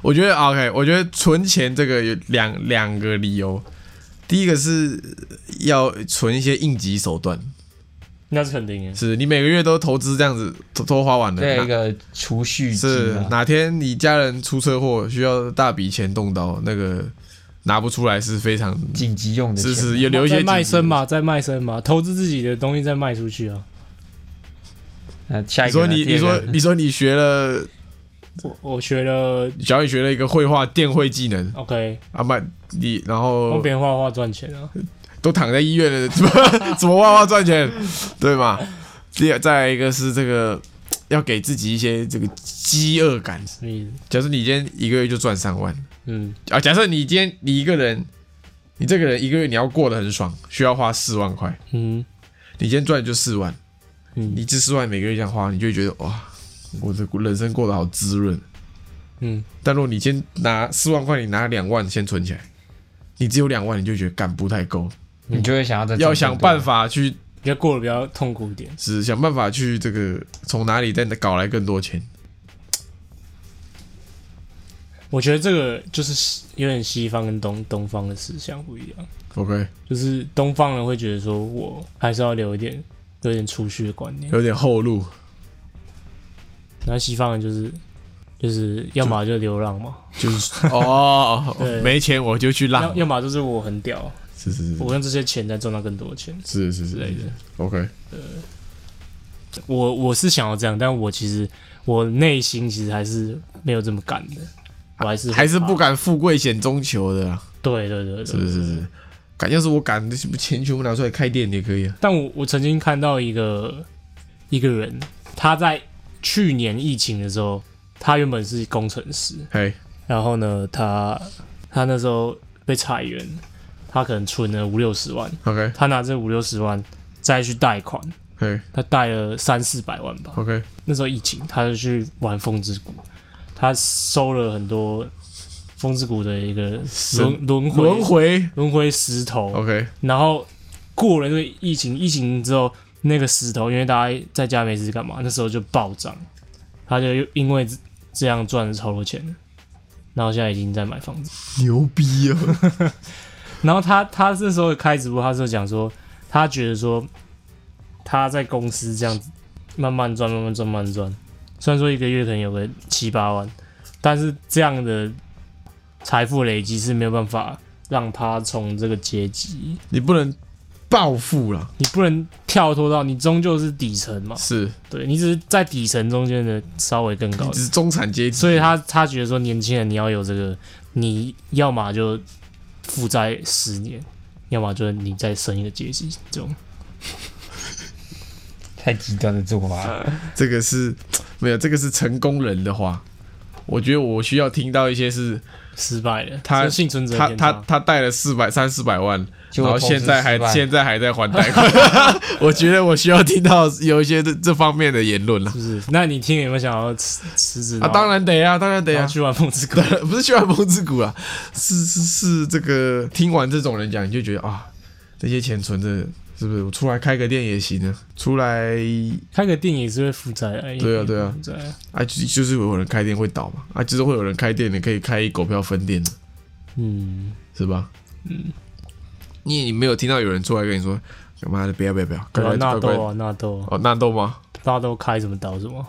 Speaker 2: 我觉得啊 OK，我觉得存钱这个有两两个理由，第一个是要存一些应急手段，
Speaker 3: 那是肯定的。
Speaker 2: 是你每个月都投资这样子都都花完了，
Speaker 4: 对
Speaker 2: 哪
Speaker 4: 一个储蓄金
Speaker 2: 是
Speaker 4: 啊，
Speaker 2: 哪天你家人出车祸需要大笔钱动刀，那个拿不出来是非常
Speaker 4: 紧急用的
Speaker 2: 是
Speaker 4: 钱。啊
Speaker 2: 是也留一些
Speaker 3: 在卖
Speaker 2: 紧急的
Speaker 3: 身。嘛，在卖身嘛，投资自己的东西再卖出去啊！
Speaker 4: 那下
Speaker 2: 你
Speaker 4: 一个
Speaker 2: 说
Speaker 4: 呢
Speaker 2: 你
Speaker 4: 第
Speaker 2: 你
Speaker 4: 二
Speaker 2: 说
Speaker 4: 个
Speaker 2: 你说你学了
Speaker 3: 我我学了
Speaker 2: 小雨学了一个绘画电绘技能
Speaker 3: OK，
Speaker 2: 啊不你然
Speaker 3: 帮
Speaker 4: 哦
Speaker 2: 后
Speaker 3: 别人画画赚钱啊。
Speaker 2: 都躺在医院了， 怎么怎么哇哇赚钱， 对吗？第二，再来一个是这个要给自己一些这个饥饿感。
Speaker 3: 什么意思？
Speaker 2: 假设你今天一个月就赚三万
Speaker 3: 嗯，
Speaker 2: 啊，假设你今天你一个人，你这个人一个月你要过得很爽，需要花四万块，
Speaker 3: 嗯
Speaker 2: 你今天赚的就四万，
Speaker 3: 嗯
Speaker 2: 你这四万每个月这样花，你就会觉得哇，我的人生过得好滋润。
Speaker 3: 嗯，
Speaker 2: 但如果你先拿四万块，你拿两万先存起来，你只有两万，你就觉得干不太够，
Speaker 4: 嗯你就会想要再
Speaker 2: 要想办
Speaker 4: 法，
Speaker 2: 法去
Speaker 3: 比较过得比较痛苦一点。
Speaker 2: 是想办法去这个从哪里再搞来更多钱。
Speaker 3: 我觉得这个就是西有点西方跟东东方的思想不一样，
Speaker 2: OK，
Speaker 3: 就是东方人会觉得说我还是要留一点有点储蓄的观念，
Speaker 2: 有点后路，
Speaker 3: 然后西方人就是就是要么就流浪嘛，
Speaker 2: 就是 哦
Speaker 3: 对，
Speaker 2: 没钱我就去
Speaker 3: 要
Speaker 2: 浪，
Speaker 3: 要么就是我很屌，
Speaker 2: 是是是
Speaker 3: 我用这些钱再赚到更多的钱
Speaker 2: 是是
Speaker 3: 之
Speaker 2: 是
Speaker 3: 类的。
Speaker 2: OK，
Speaker 3: 我我是想要这样，但我其实我内心其实还是没有这么敢的，我还是
Speaker 2: 还是不
Speaker 3: 敢。
Speaker 2: 敢富贵险中求的啦，
Speaker 3: 对对对对，
Speaker 2: 是是是，敢要是我敢，钱全部拿出来开店也可以啊。
Speaker 3: 但我我曾经看到一个一个人，他在去年疫情的时候，他原本是工程师，
Speaker 2: 嘿，
Speaker 3: 然后呢，他他那时候被裁员，他可能存了五六十万，
Speaker 2: OK，
Speaker 3: 他拿这五六十万再去贷款，
Speaker 2: 嘿
Speaker 3: 他贷了三四百万吧。
Speaker 2: ，OK，
Speaker 3: 那时候疫情，他就去玩风之谷，他收了很多风之谷的一个轮轮回哦
Speaker 2: 轮回
Speaker 3: 轮回石头，
Speaker 2: ，OK，
Speaker 3: 然后过了这个疫情，疫情之后，那个石头，因为大家在家没事干嘛，那时候就暴涨，他就因为这样赚了超多钱，然后现在已经在买房子。
Speaker 2: 牛逼啊！
Speaker 3: 然后他他那时候开直播，他是讲说，他觉得说他在公司这样子慢慢赚，慢慢赚，慢慢赚，虽然说一个月可能有个七八万，但是这样的财富累积是没有办法让他从这个阶级，
Speaker 2: 你不能暴富啦，
Speaker 3: 你不能跳脱到你终究是底层嘛，
Speaker 2: 是
Speaker 3: 对你只是在底层中间的稍微更高
Speaker 2: 你
Speaker 3: 一点
Speaker 2: 只是中产阶级，
Speaker 3: 所以他他觉得说，年轻人你要有这个，你要么就负债十年，要么就是你再升一个阶级，这种
Speaker 4: 太极端的做法了。
Speaker 2: 这个是没有，这个是成功人的话。我觉得我需要听到一些是
Speaker 3: 失败的，
Speaker 2: 他
Speaker 3: 这是幸存者
Speaker 2: 他
Speaker 3: 偏
Speaker 2: 他
Speaker 3: 差
Speaker 2: 他贷了四百三四百万，
Speaker 4: 结
Speaker 2: 然后
Speaker 4: 果投资
Speaker 2: 现在还
Speaker 4: 失败
Speaker 2: 现在还在还贷款。 我觉得我需要听到有一些这这方面的言论啦。
Speaker 3: 是不是？那你听有没有想要辞辞职？
Speaker 2: 啊，当然得啊，当然得
Speaker 3: 然
Speaker 2: 啊
Speaker 3: 后，去玩梦之谷。
Speaker 2: 不是去玩风之谷啊，是是是这个听完这种人讲，你就觉得啊，这些钱存着是不是？我出来开个店也行啊，出来
Speaker 3: 开个店也是会负债的，
Speaker 2: 对啊对啊
Speaker 3: 负债的，
Speaker 2: 啊，就就是有人开店会倒嘛，啊，就是会有人开店，你可以开狗票分店的，
Speaker 3: 嗯，
Speaker 2: 是吧？嗯，你你没有听到有人出来跟你说，干嘛的不要不要不要，
Speaker 3: 对
Speaker 2: 乖乖
Speaker 3: 啊，纳
Speaker 2: 乖
Speaker 3: 豆
Speaker 2: 乖，
Speaker 3: 啊，纳豆啊，
Speaker 2: 哦，纳豆吗？
Speaker 3: 纳豆开什么岛什么？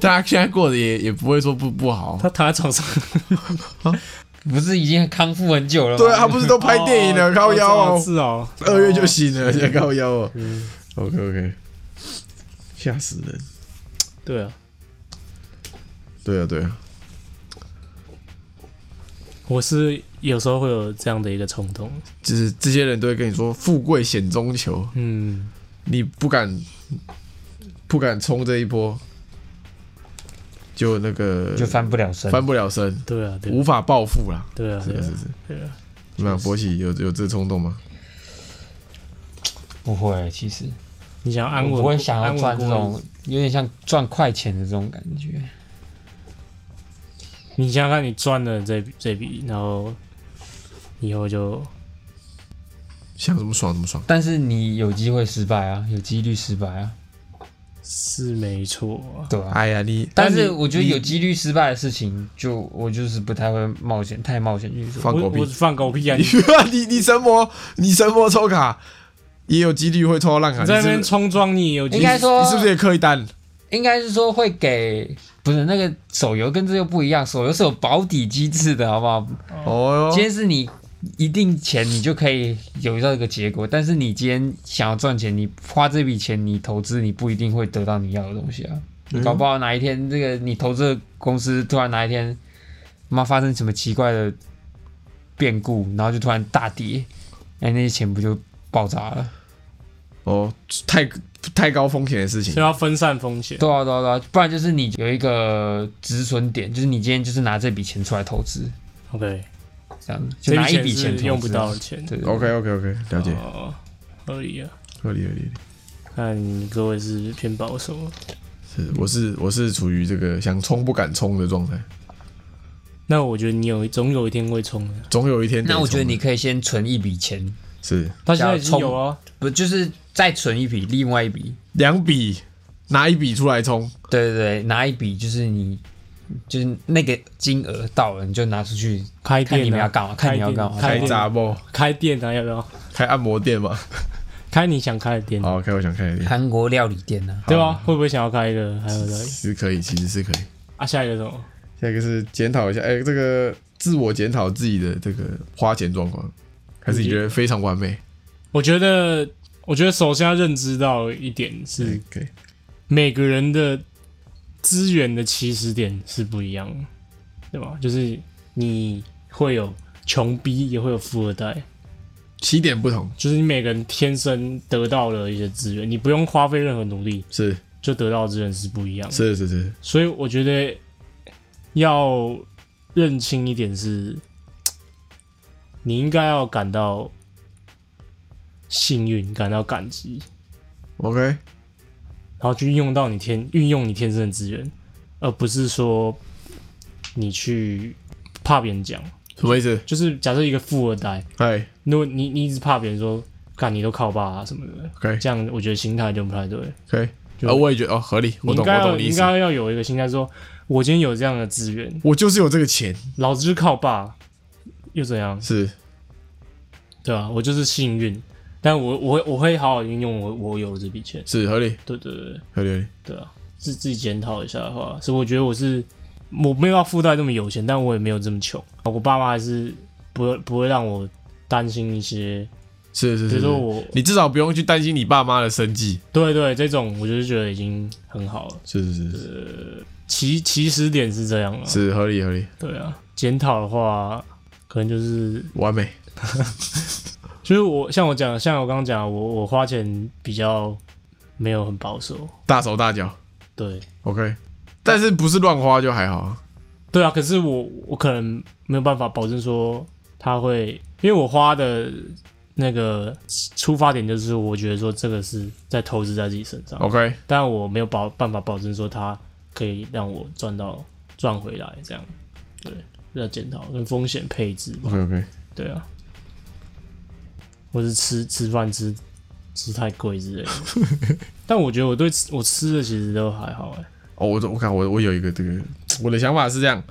Speaker 2: 大家现在过得也也不会说不不好，
Speaker 3: 他躺在床上，
Speaker 4: 不是已经康复很久了吗？
Speaker 2: 对啊，他不是都拍 电影了，
Speaker 3: 哦
Speaker 2: 靠腰
Speaker 3: 哦
Speaker 2: 哦，
Speaker 3: 是哦，
Speaker 2: 二月就醒了，也高腰哦。OK OK，吓死人。
Speaker 3: 对啊，
Speaker 2: 对啊对啊，
Speaker 3: 我是有时候会有这样的一个冲动，
Speaker 2: 就是这些人都会跟你说“富贵险中求
Speaker 3: 嗯，”，
Speaker 2: 你不敢不敢冲这一波，就那个
Speaker 4: 就翻不了身。
Speaker 2: 翻不了身，
Speaker 3: 对啊，对啊
Speaker 2: 无法暴富啦。
Speaker 3: 对啊，
Speaker 2: 是
Speaker 3: 对
Speaker 2: 是
Speaker 3: 啊，
Speaker 2: 是，
Speaker 3: 对啊，
Speaker 2: 怎么样？博喜有有这冲动吗？
Speaker 4: 不会，其实
Speaker 3: 你想安稳
Speaker 4: 我
Speaker 3: 过，
Speaker 4: 不会想要
Speaker 3: 安稳
Speaker 4: 赚这
Speaker 3: 过
Speaker 4: 种有点像赚快钱的这种感觉。
Speaker 3: 日子。你想想看，你赚了这这笔，然后以后就
Speaker 2: 想怎么爽怎么爽，
Speaker 4: 但是你有机会失败啊，有几率失败啊，
Speaker 3: 是没错啊。
Speaker 4: 对啊。
Speaker 2: 哎呀你
Speaker 4: 但
Speaker 3: 但你
Speaker 4: 是我觉得有几率失败的事情，就我就是不太会冒险，太冒险去做。
Speaker 2: 放狗
Speaker 3: 我
Speaker 2: 屁
Speaker 3: 我！放狗屁啊！你
Speaker 2: 你你你神魔你神魔抽卡也有几率会抽到烂卡，
Speaker 3: 在那
Speaker 2: 你是
Speaker 3: 边
Speaker 2: 不是
Speaker 3: 冲撞你也有几
Speaker 4: 应该说
Speaker 2: 你是不是也磕一单？
Speaker 4: 应该是说会给，不是那个手游跟这又不一样，手游是有保底机制的，好不好？
Speaker 2: 哦
Speaker 4: 今
Speaker 2: 哟，
Speaker 4: 天是你一定钱，你就可以有到一个结果，但是你今天想要赚钱，你花这笔钱，你投资，你不一定会得到你要的东西啊。
Speaker 2: 嗯
Speaker 4: 搞不好哪一天这个你投资的公司突然哪一天，妈发生什么奇怪的变故，然后就突然大跌，哎，那些钱不就爆炸了？
Speaker 2: 哦，太太高风险的事情
Speaker 3: 所以。要分散风险。
Speaker 4: 对啊，对啊，对啊，不然就是你有一个止损点，就是你今天就是拿这笔钱出来投资，
Speaker 3: OK，
Speaker 4: 这样子，
Speaker 3: 这
Speaker 4: 就拿一
Speaker 3: 笔
Speaker 4: 笔钱
Speaker 3: 钱
Speaker 4: 投
Speaker 3: 是
Speaker 4: 资
Speaker 3: 用不到的。钱。
Speaker 4: 对对对
Speaker 2: OK OK OK，了解，
Speaker 3: 哦，合理啊。
Speaker 2: 合理合理。合理
Speaker 3: 看你各位是偏保守啊，
Speaker 2: 是，我是我是处于这个想冲不敢冲的状态，
Speaker 3: 那我觉得你有总有一天会冲的。
Speaker 2: 总有一天得冲
Speaker 4: 那
Speaker 2: 的。
Speaker 4: 我觉得你可以先存一笔钱，
Speaker 2: 是
Speaker 3: 到现在已经有啊，
Speaker 4: 不就是再存一笔，另外一笔，
Speaker 2: 两笔拿一笔出来冲，
Speaker 4: 对对对，拿一笔就是你就是那个金额到了，你就拿出去
Speaker 3: 开
Speaker 4: 看你
Speaker 3: 店
Speaker 4: 们要
Speaker 3: 啊，
Speaker 4: 干嘛，看你要干嘛，
Speaker 3: 开
Speaker 2: 开
Speaker 3: 店
Speaker 2: 杂不？
Speaker 3: 开店啊，要不要？
Speaker 2: 开按摩店嘛？
Speaker 3: 开你想开的店，
Speaker 2: 好，开我想开的店，
Speaker 4: 韩国料理店啊呢、
Speaker 3: 嗯对啊吧？会不会想要开一个？还有的
Speaker 2: 是可以，其实是可以。
Speaker 3: 啊，下一个什么？
Speaker 2: 下一个是检讨一下，哎、这个自我检讨自己的这个花钱状况，还是你觉得非常完美？
Speaker 3: 我觉得，我觉得首先要认知到一点是，
Speaker 2: 哎可以。
Speaker 3: 每个人的资源的起始点是不一样的，对吧？就是你会有穷逼，也会有富二代，
Speaker 2: 起点不同，
Speaker 3: 就是你每个人天生得到了一些资源，你不用花费任何努力
Speaker 2: 是
Speaker 3: 就得到的资源是不一样的。
Speaker 2: 是是是，
Speaker 3: 所以我觉得要认清一点是，你应该要感到幸运，感到感激。
Speaker 2: OK，
Speaker 3: 然后去运用到你天运用你天生的资源，而不是说你去怕别人讲。
Speaker 2: 什么意思？
Speaker 3: 就是假设一个富二代，
Speaker 2: 哎，
Speaker 3: 如果你你一直怕别人说干你都靠爸、啊、什么的，
Speaker 2: OK
Speaker 3: 这样我觉得心态就不太对。
Speaker 2: OK，
Speaker 3: 就
Speaker 2: 呃，我也觉得哦合理，
Speaker 3: 你
Speaker 2: 我
Speaker 3: 应
Speaker 2: 懂
Speaker 3: 该
Speaker 2: 我
Speaker 3: 要
Speaker 2: 懂你
Speaker 3: 你
Speaker 2: 意
Speaker 3: 应
Speaker 2: 思，
Speaker 3: 该要有一个心态说，我今天有这样的资源，
Speaker 2: 我就是有这个钱，
Speaker 3: 老子就靠爸，又怎样？
Speaker 2: 是
Speaker 3: 对啊，我就是幸运，但我我会我会好好运用我我有的这笔钱。
Speaker 2: 是合理
Speaker 3: 对对对
Speaker 2: 合理合理，
Speaker 3: 对啊，自自己检讨一下的话，所以我觉得我是我没有要负债这么有钱，但我也没有这么穷。我爸妈还是不会不会让我担心一些，
Speaker 2: 是是
Speaker 3: 比
Speaker 2: 是是，
Speaker 3: 如说我
Speaker 2: 你至少不用去担心你爸妈的生计，
Speaker 3: 对对这种，我就是觉得已经很好了。
Speaker 2: 是是是
Speaker 3: 起起始点是这样了，
Speaker 2: 是合理合理，
Speaker 3: 对啊。检讨的话，可能就是
Speaker 2: 完美，
Speaker 3: 就是我像我讲，像我刚刚讲，我我花钱比较没有很保守，
Speaker 2: 大手大脚
Speaker 3: 对
Speaker 2: ，OK，但是不是乱花就还好啊，
Speaker 3: 对啊。可是我我可能没有办法保证说他会，因为我花的那个出发点就是我觉得说这个是在投资在自己身上，
Speaker 2: ，OK
Speaker 3: 但我没有保办法保证说他可以让我赚到赚回来这样，对，要检讨跟风险配置吧
Speaker 2: OK OK，
Speaker 3: 对啊，或是吃吃饭吃吃太贵之类的。 但我觉得我对吃我吃的其实都还好哎、
Speaker 2: 哦，我我看我我有一个这个，我的想法是这样，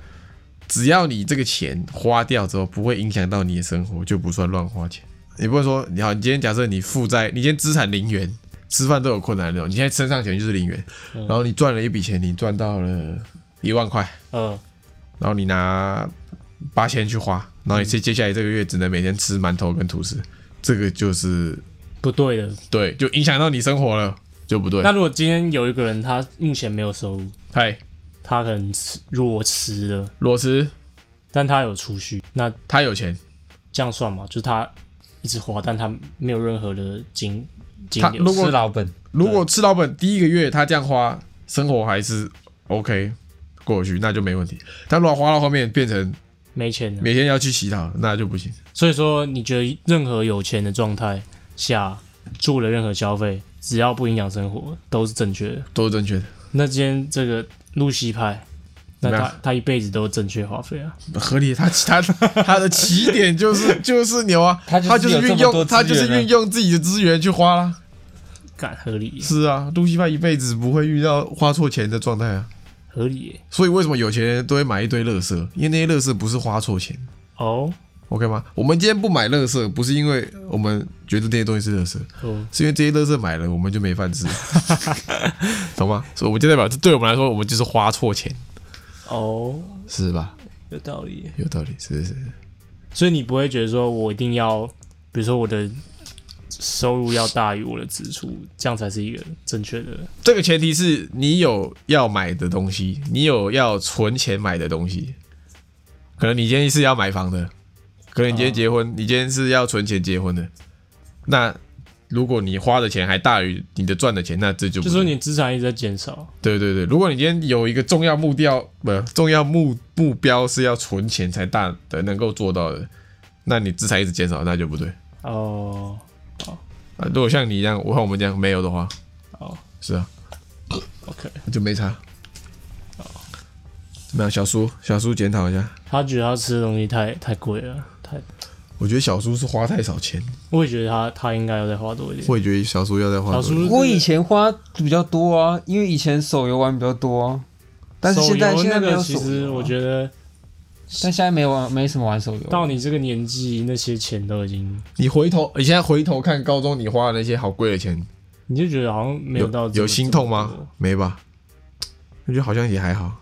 Speaker 2: 只要你这个钱花掉之后不会影响到你的生活，就不算乱花钱。你不会说，你好，你今天假设你负债，你今天资产零元，吃饭都有困难的，你现在身上钱就是零元，然后你赚了一笔钱，你赚到了一万块，
Speaker 3: 呃，
Speaker 2: 然后你拿八千去花，然后你接接下来这个月只能每天吃馒头跟吐司，这个就是
Speaker 3: 不对的。
Speaker 2: 对，就影响到你生活了，就不对
Speaker 3: 那。如果今天有一个人他目前没有收入，
Speaker 2: 嗨，
Speaker 3: 他可能吃裸吃了，
Speaker 2: 裸辞，
Speaker 3: 但他有储蓄，那
Speaker 2: 他有钱，
Speaker 3: 这样算吗？就是他一直花，但他没有任何的金金
Speaker 2: 他
Speaker 3: 流
Speaker 2: 如。果
Speaker 4: 吃老本，
Speaker 2: 如果吃老本第一个月他这样花，生活还是 OK 过去，那就没问题。但如果花到后面变成
Speaker 3: 没钱了，
Speaker 2: 每天要去乞讨，那就不行。
Speaker 3: 所以说你觉得任何有钱的状态下做了任何消费，只要不影响生活，都是正确的。
Speaker 2: 都是正确的，
Speaker 3: 那今天这个露西派，那
Speaker 2: 怎么
Speaker 3: 他
Speaker 2: 样
Speaker 3: 他一辈子都正确花费啊，
Speaker 2: 合理。他他他的起点 就是就是牛啊，
Speaker 4: 他就是
Speaker 2: 他就是
Speaker 4: 有这
Speaker 2: 运
Speaker 4: 么多
Speaker 2: 用
Speaker 4: 资源
Speaker 2: 他
Speaker 4: 啊
Speaker 2: 就是运用自己的资源去花啦、
Speaker 3: 干合理耶
Speaker 2: 是啊，路西派一辈子不会遇到花错钱的状态啊。
Speaker 3: 合理耶
Speaker 2: 所以为什么有钱人都会买一堆乐色？因为那些乐色不是花错钱
Speaker 3: 哦
Speaker 2: ，OK 吗？我们今天不买乐色，不是因为
Speaker 3: 嗯
Speaker 2: 我们觉得这些东西是乐色，
Speaker 3: 哦，
Speaker 2: 是因为这些乐色买了，我们就没饭 吃，懂吗？所以我们就代表，这对我们来说，我们就是花错钱，
Speaker 3: 哦，
Speaker 2: 是吧？
Speaker 3: 有道理耶。
Speaker 2: 有道理，是是是，
Speaker 3: 所以你不会觉得说我一定要，比如说我的收入要大于我的支出，这样才是一个正确的。
Speaker 2: 这个前提是你有要买的东西，你有要存钱买的东西。可能你今天是要买房的，可能你今天结
Speaker 3: 嗯
Speaker 2: 婚，你今天是要存钱结婚的。那如果你花的钱还大于你的赚的钱，那这就不
Speaker 3: 就是说你资产一直在减少，
Speaker 2: 对对对，如果你今天有一个重要目标，不、呃重要目目标是要存钱才大的能够做到的，那你资产一直减少，那就不对
Speaker 3: 哦
Speaker 2: 啊。如果像你一样，我像我们这样没有的话，
Speaker 3: 哦
Speaker 2: 是啊，
Speaker 3: ，OK，
Speaker 2: 那就没差。怎么样，小叔？小叔检讨一下，
Speaker 3: 他觉得他吃的东西太太贵了，太，
Speaker 2: 我觉得小叔是花太少钱，
Speaker 3: 我也觉得他他应该要再花多一点。
Speaker 2: 我也觉得小叔要再花
Speaker 3: 小
Speaker 2: 多一点。
Speaker 3: 叔，
Speaker 4: 我以前花比较多啊，因为以前手游玩比较多啊，但是现在
Speaker 3: 手游
Speaker 4: 现在
Speaker 3: 那
Speaker 4: 没有
Speaker 3: 个
Speaker 4: 手
Speaker 3: 其
Speaker 4: 游啊、
Speaker 3: 实我觉得。
Speaker 4: 但现在没玩，没什么玩手游。
Speaker 3: 到你这个年纪，那些钱都已经，
Speaker 2: 你回头，你现在回头看高中你花的那些好贵的钱，
Speaker 3: 你就觉得好像没
Speaker 2: 有
Speaker 3: 到这么
Speaker 2: 有心痛吗？？没吧？我觉得好像也还好。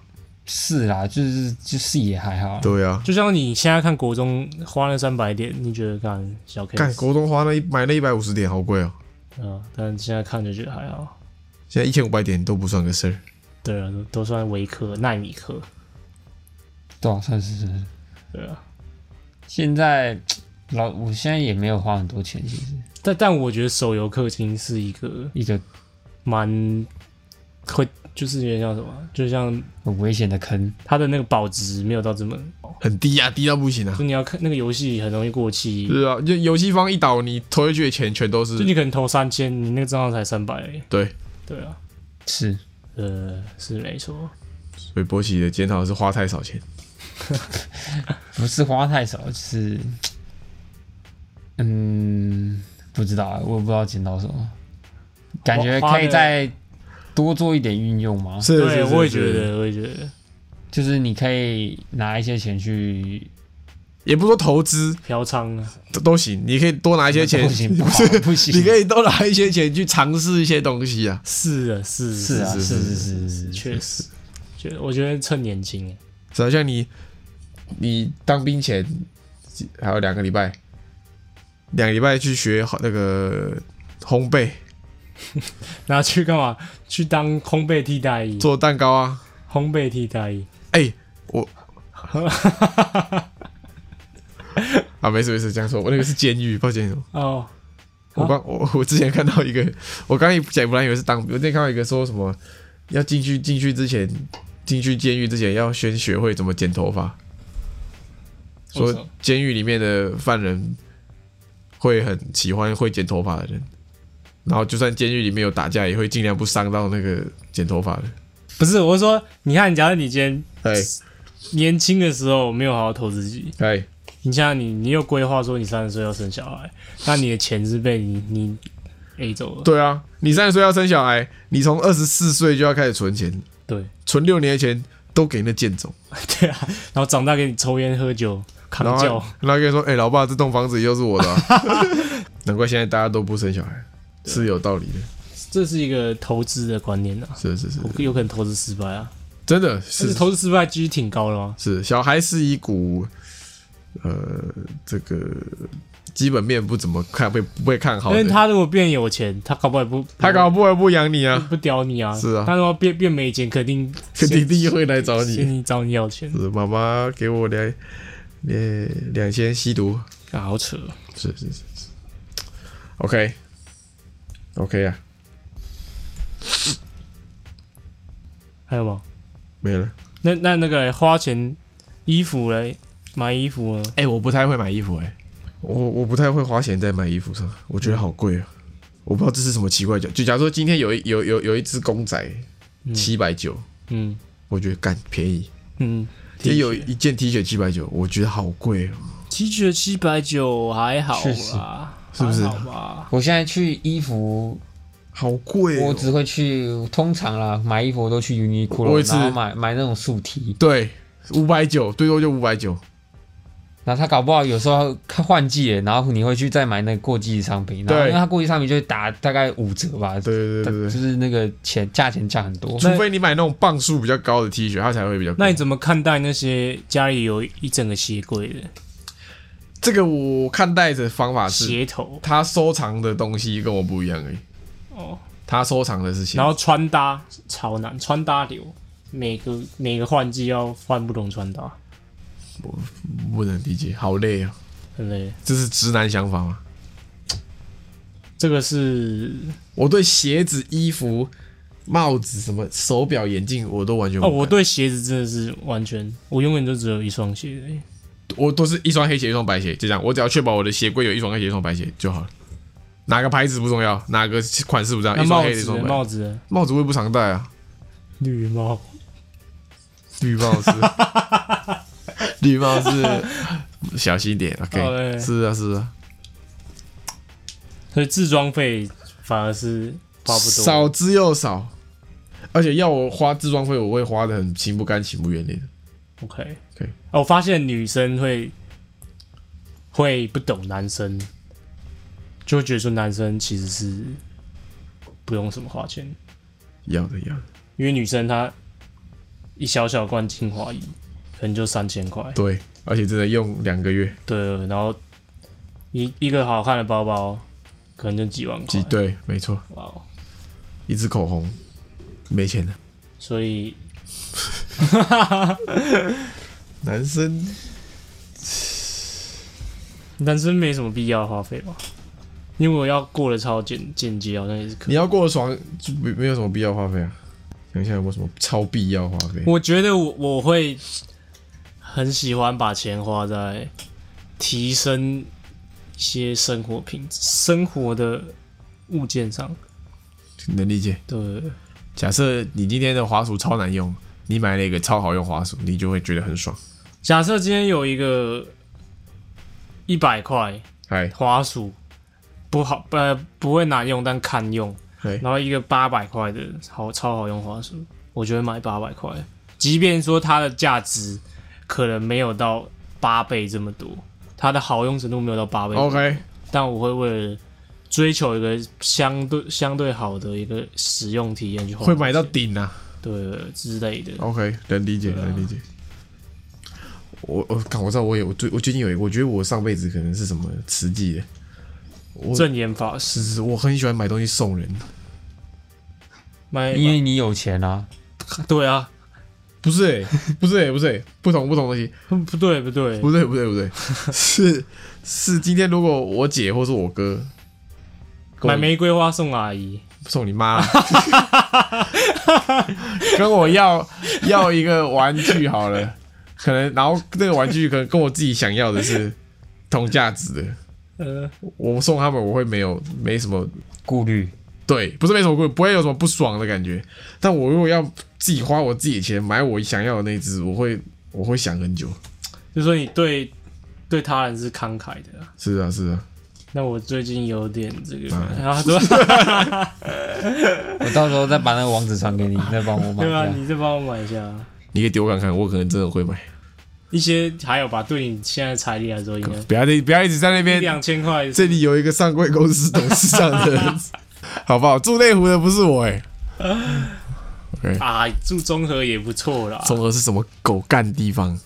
Speaker 4: 是啦，就是就是也还好啊。
Speaker 2: 对啊，
Speaker 3: 就像你现在看国中花了三百点，你觉得干小 K
Speaker 2: 干国中花了一买了一百五十点，好贵哦、
Speaker 3: 啊，但现在看就觉得还好。
Speaker 2: 现在一千五百点都不算个事儿。
Speaker 3: 对啊，都都算微科、纳米科，
Speaker 4: 对啊，算是算是。
Speaker 3: 对啊。
Speaker 4: 现在老，我现在也没有花很多钱，其实
Speaker 3: 但但我觉得手游氪金是一个
Speaker 4: 一个
Speaker 3: 蛮会，就是有点像什么，就像
Speaker 4: 很危险的坑。
Speaker 3: 它的那个保值没有到这么，
Speaker 2: 很低啊，低到不行啊
Speaker 3: 就！你要看那个游戏很容易过期，
Speaker 2: 是啊，就游戏方一倒，你投下去的钱全都
Speaker 3: 就是你可能投三千，你那个账号才三百，
Speaker 2: 对。
Speaker 3: 对啊，
Speaker 4: 是，
Speaker 3: 呃，是没错。
Speaker 2: 所以波奇的检讨是花太少钱，
Speaker 4: 不是花太少，就是，嗯，不知道啊，我也不知道捡到什么，感觉
Speaker 3: 花花
Speaker 4: 可
Speaker 3: 的
Speaker 4: 以再多做一点运用嘛。
Speaker 2: 是，
Speaker 3: 对，
Speaker 2: 是是
Speaker 3: 我也觉
Speaker 2: 是
Speaker 3: 得，我也觉得
Speaker 4: 就是你可以拿一些钱去
Speaker 2: 也不说投资
Speaker 3: 嫖娼啊，
Speaker 2: 都都行，你可以多拿一些钱
Speaker 4: 不，行，不好 不行，
Speaker 2: 你可以多拿一些钱去尝试一些东西啊。
Speaker 3: 是啊，是
Speaker 4: 是啊，
Speaker 2: 是
Speaker 4: 是
Speaker 2: 是
Speaker 4: 是是是是，
Speaker 3: 确实，觉得我觉得趁年轻，
Speaker 2: 只要像你，你当兵前还有两个礼拜，两个礼拜去学好那个烘焙，
Speaker 3: 然后去干嘛？去当烘焙替代役，
Speaker 2: 做蛋糕啊。
Speaker 3: 烘焙替代役，
Speaker 2: 哎、我 啊，没事没事，讲错，我那个是监狱，抱歉。
Speaker 4: 啊
Speaker 3: 哦，
Speaker 2: 我刚我我之前看到一个，我刚一讲本来以为是当兵，我之前看到一个说什么要进去进去之前，进去监狱之前要先学会怎么剪头发，
Speaker 4: 为什么
Speaker 2: 说监狱里面的犯人会很喜欢会剪头发的人，然后就算监狱里面有打架，也会尽量不伤到那个剪头发的。
Speaker 3: 不是，我是说，你看，假如你今天
Speaker 2: 哎
Speaker 3: 年轻的时候没有好好投资自己，
Speaker 2: 哎，
Speaker 3: 你想想你，你又规划说你三十岁要生小孩，那你的钱是被你你 A 走了，
Speaker 2: 对啊，你三十岁要生小孩，你从二十四岁就要开始存钱，
Speaker 3: 对
Speaker 2: 存六年的钱都给那贱种。
Speaker 3: 对啊，然后长大给你抽烟喝酒扛
Speaker 2: 然后
Speaker 3: 教，
Speaker 2: 他，然后跟你说：“哎、老爸，这栋房子又是我的啊、 难怪现在大家都不生小孩，
Speaker 3: 啊
Speaker 2: 是有道理的。
Speaker 3: 这是一个投资的观念啊，
Speaker 2: 是是是，
Speaker 3: 我有可能投资失败啊，
Speaker 2: 真的
Speaker 3: 但
Speaker 2: 是
Speaker 3: 是投资失败几率挺高的吗？
Speaker 2: 是，小孩是一股呃，这个基本面不怎么看被不被看好
Speaker 3: 因为
Speaker 2: 的。
Speaker 3: 他如果变有钱，他搞不好也不
Speaker 2: 他搞不会不养你 啊，
Speaker 3: 不屌你啊，
Speaker 2: 是啊
Speaker 3: 他如果变变没钱，肯定
Speaker 2: 肯定第一会来找
Speaker 3: 先
Speaker 2: 你。
Speaker 3: 你找你要钱
Speaker 2: 是妈妈给我两两两千吸毒，
Speaker 3: 啊，好扯哦。
Speaker 2: 是是是是，OK OK 啊，
Speaker 3: 还有吗？
Speaker 2: 没了。
Speaker 3: 那那那个嘞花钱衣服嘞，买衣服啊呢？
Speaker 2: 哎、我不太会买衣服、哎，我我不太会花钱在买衣服上，我觉得好贵啊！我不知道这是什么奇怪的，就假如说今天有一有有有一只公仔七百九，
Speaker 3: 嗯
Speaker 2: 我觉得干便宜；
Speaker 3: 嗯，
Speaker 2: 也有一件 T 恤七百九，我觉得好贵、哦。
Speaker 3: T 恤七百九还好
Speaker 4: 确实
Speaker 3: 啦，
Speaker 2: 是不是
Speaker 3: 还好吧？
Speaker 4: 我现在去衣服，
Speaker 2: 好贵、
Speaker 4: 我
Speaker 2: 哦！
Speaker 4: 只会去通常啦，买衣服我都去 Uniqlo，
Speaker 2: 我也是
Speaker 4: 然后买买那种素 T，
Speaker 2: 对，五百九，最多就五百九。
Speaker 4: 然后他搞不好有时候看换季了，然后你会去再买那个过季的商品，然后
Speaker 2: 对
Speaker 4: 因为它过季商品就会打大概五折吧，
Speaker 2: 对对对对
Speaker 4: 就
Speaker 2: 对，
Speaker 4: 是那个钱价钱降很多。
Speaker 2: 除非你买那种磅数比较高的 T 恤，它才会比较贵。
Speaker 3: 那你怎么看待那些家里有一整个鞋柜的
Speaker 2: 这个我看待的方法啊是，
Speaker 3: 鞋头
Speaker 2: 他收藏的东西跟我不一样而已。
Speaker 3: 哦？
Speaker 2: 他收藏的是鞋，
Speaker 3: 然后穿搭超难，穿搭流，每个每个换季要换不同穿搭，
Speaker 2: 不能理解，好累啊、
Speaker 3: 很累。
Speaker 2: 这是直男想法吗？
Speaker 3: 这个是
Speaker 2: 我对鞋子、衣服、帽子、什么手表、眼镜，我都完全无
Speaker 3: 哦，
Speaker 2: 感
Speaker 3: 我对鞋子真的是完全，我永远都只有一双鞋而已。
Speaker 2: 我都是一双黑鞋、一双白鞋，就这样。我只要确保我的鞋柜有一双黑鞋、一双白鞋就好了。哪个牌子不重要，哪个款式不重要，
Speaker 3: 那
Speaker 2: 啊一
Speaker 3: 帽
Speaker 2: 双黑的一
Speaker 3: 子
Speaker 2: 双
Speaker 3: 呢，
Speaker 2: 白。
Speaker 3: 帽子呢，
Speaker 2: 帽子我也不常戴啊，
Speaker 3: 绿帽，
Speaker 2: 绿帽 子， 绿帽子，小心一点
Speaker 3: 好嘞
Speaker 2: ，OK。是啊，是啊，
Speaker 3: 所以自装费反而是花不多。
Speaker 2: 少之又少，而且要我花自装费，我会花的很心不甘情不愿的。
Speaker 3: OK
Speaker 2: OK
Speaker 3: 哦，我发现女生会会不懂男生，就会觉得说男生其实是不用什么花钱，
Speaker 2: 要的，要的，
Speaker 3: 因为女生她一小小罐精华液可能就三千块，
Speaker 2: 对，而且真的用两个月。
Speaker 3: 对，然后一一个好看的包包可能就几万块
Speaker 2: 几，对，没错，
Speaker 3: 哇哦，
Speaker 2: 一支口红，没钱的
Speaker 3: 所以
Speaker 2: 男生
Speaker 3: 男生没什么必要花费吧。因为我要过得超简简洁，好像也是可以
Speaker 2: 你。要过得爽，就没没有什么必要花费啊。想一下有没有什么超必要花费？
Speaker 3: 我觉得我我会很喜欢把钱花在提升一些生活品质、生活的物件上。
Speaker 2: 能理解。
Speaker 3: 对，
Speaker 2: 假设你今天的滑鼠超难用，你买了一个超好用滑鼠，你就会觉得很爽。
Speaker 3: 假设今天有一个一百块
Speaker 2: 嗨，
Speaker 3: 花鼠，不好呃不会拿用，但堪用。
Speaker 2: 嘿
Speaker 3: 然后一个八百块的好超好用滑鼠，我觉得买八百块，即便说它的价值可能没有到八倍这么多，它的好用程度没有到八倍
Speaker 2: ，OK，
Speaker 3: 但我会为了追求一个相对相对好的一个使用体验去花
Speaker 2: 会买到哦
Speaker 3: 钱
Speaker 2: 顶啊。
Speaker 3: 对之类的。
Speaker 2: OK，能理解，
Speaker 3: 对啊
Speaker 2: 能理解。我我看我知道，我有我最我最近有一个，我觉得我上辈子可能是什么慈济的，我
Speaker 3: 正言法师
Speaker 2: 是是，我很喜欢买东西送人，
Speaker 3: 买
Speaker 4: 因为你有钱啊，
Speaker 3: 对啊，
Speaker 2: 不是、欸，不是、欸，不是、欸，不同不同东西，
Speaker 3: 不对不对，
Speaker 2: 不对不对不 对，是是，今天如果我姐或是我哥跟我
Speaker 3: 买玫瑰花送阿姨，
Speaker 2: 送你妈， 跟我要要一个玩具好了，可能然后那个玩具可能跟我自己想要的是同价值的，
Speaker 3: 呃，
Speaker 2: 我送他们我会没有没什么
Speaker 4: 顾虑
Speaker 2: 对，不是没什么贵，不会有什么不爽的感觉。但我如果要自己花我自己的钱买我想要的那只，我会我会想很久。
Speaker 3: 就说你对对他人是慷慨的啊、
Speaker 2: 是啊是啊，
Speaker 3: 那我最近有点这个，
Speaker 2: 嗯
Speaker 3: 然 后他说
Speaker 4: 我到时候再把那个网址传 给你，再帮我买一
Speaker 3: 对啊，
Speaker 4: 下。
Speaker 3: 你再帮我买一下啊。
Speaker 2: 你可以丢看看，我可能真的会买。
Speaker 3: 一些还有吧，对你现在财力来说，应该
Speaker 2: 不要不要一直在那
Speaker 3: 一
Speaker 2: 边，
Speaker 3: 两千块
Speaker 2: 这里有一个上柜公司董事长的儿 子，好不好？住内湖的不是我哎、
Speaker 3: 啊，住中和也不错啦。
Speaker 2: 中和是什么狗干地方？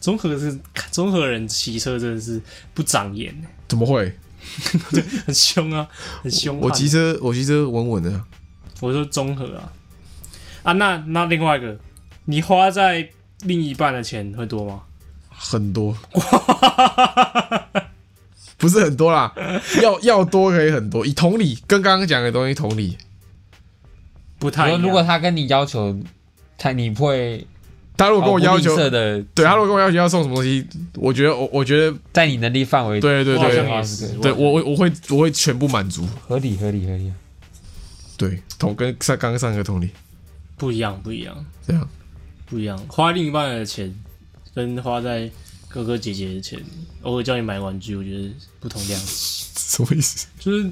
Speaker 3: 中和是中和人骑车真的是不长眼，
Speaker 2: 怎么会？
Speaker 3: 很凶啊，很凶悍。
Speaker 2: 我骑车我骑车稳稳的，
Speaker 3: 我说综合啊啊，那那另外一个，你花在另一半的钱会多吗？
Speaker 2: 很 多，不是很多啦，要要多可以很多。以同理，跟刚刚讲的东西同理，
Speaker 3: 不
Speaker 4: 我
Speaker 3: 太一
Speaker 4: 说
Speaker 3: 样。
Speaker 4: 如果他跟你要求，他你会哦
Speaker 2: 他如果跟我要求
Speaker 4: 毫不吝啬，的，
Speaker 2: 对他如果跟我要求要送什么东西，我觉得我我觉得
Speaker 4: 在你能力范围
Speaker 2: 对对
Speaker 3: 我好像
Speaker 2: 对，
Speaker 3: 也是，
Speaker 2: 对
Speaker 3: 我
Speaker 2: 我我我会我会全部满足。
Speaker 4: 合理合理合 理。
Speaker 2: 对，同跟上刚刚上个同理，
Speaker 3: 不一样，不一样，
Speaker 2: 这样
Speaker 3: 不一样。花另一半的钱跟花在哥哥姐姐的钱，偶尔叫你买玩具，我觉得不同量级。
Speaker 2: 什么意思？
Speaker 3: 就是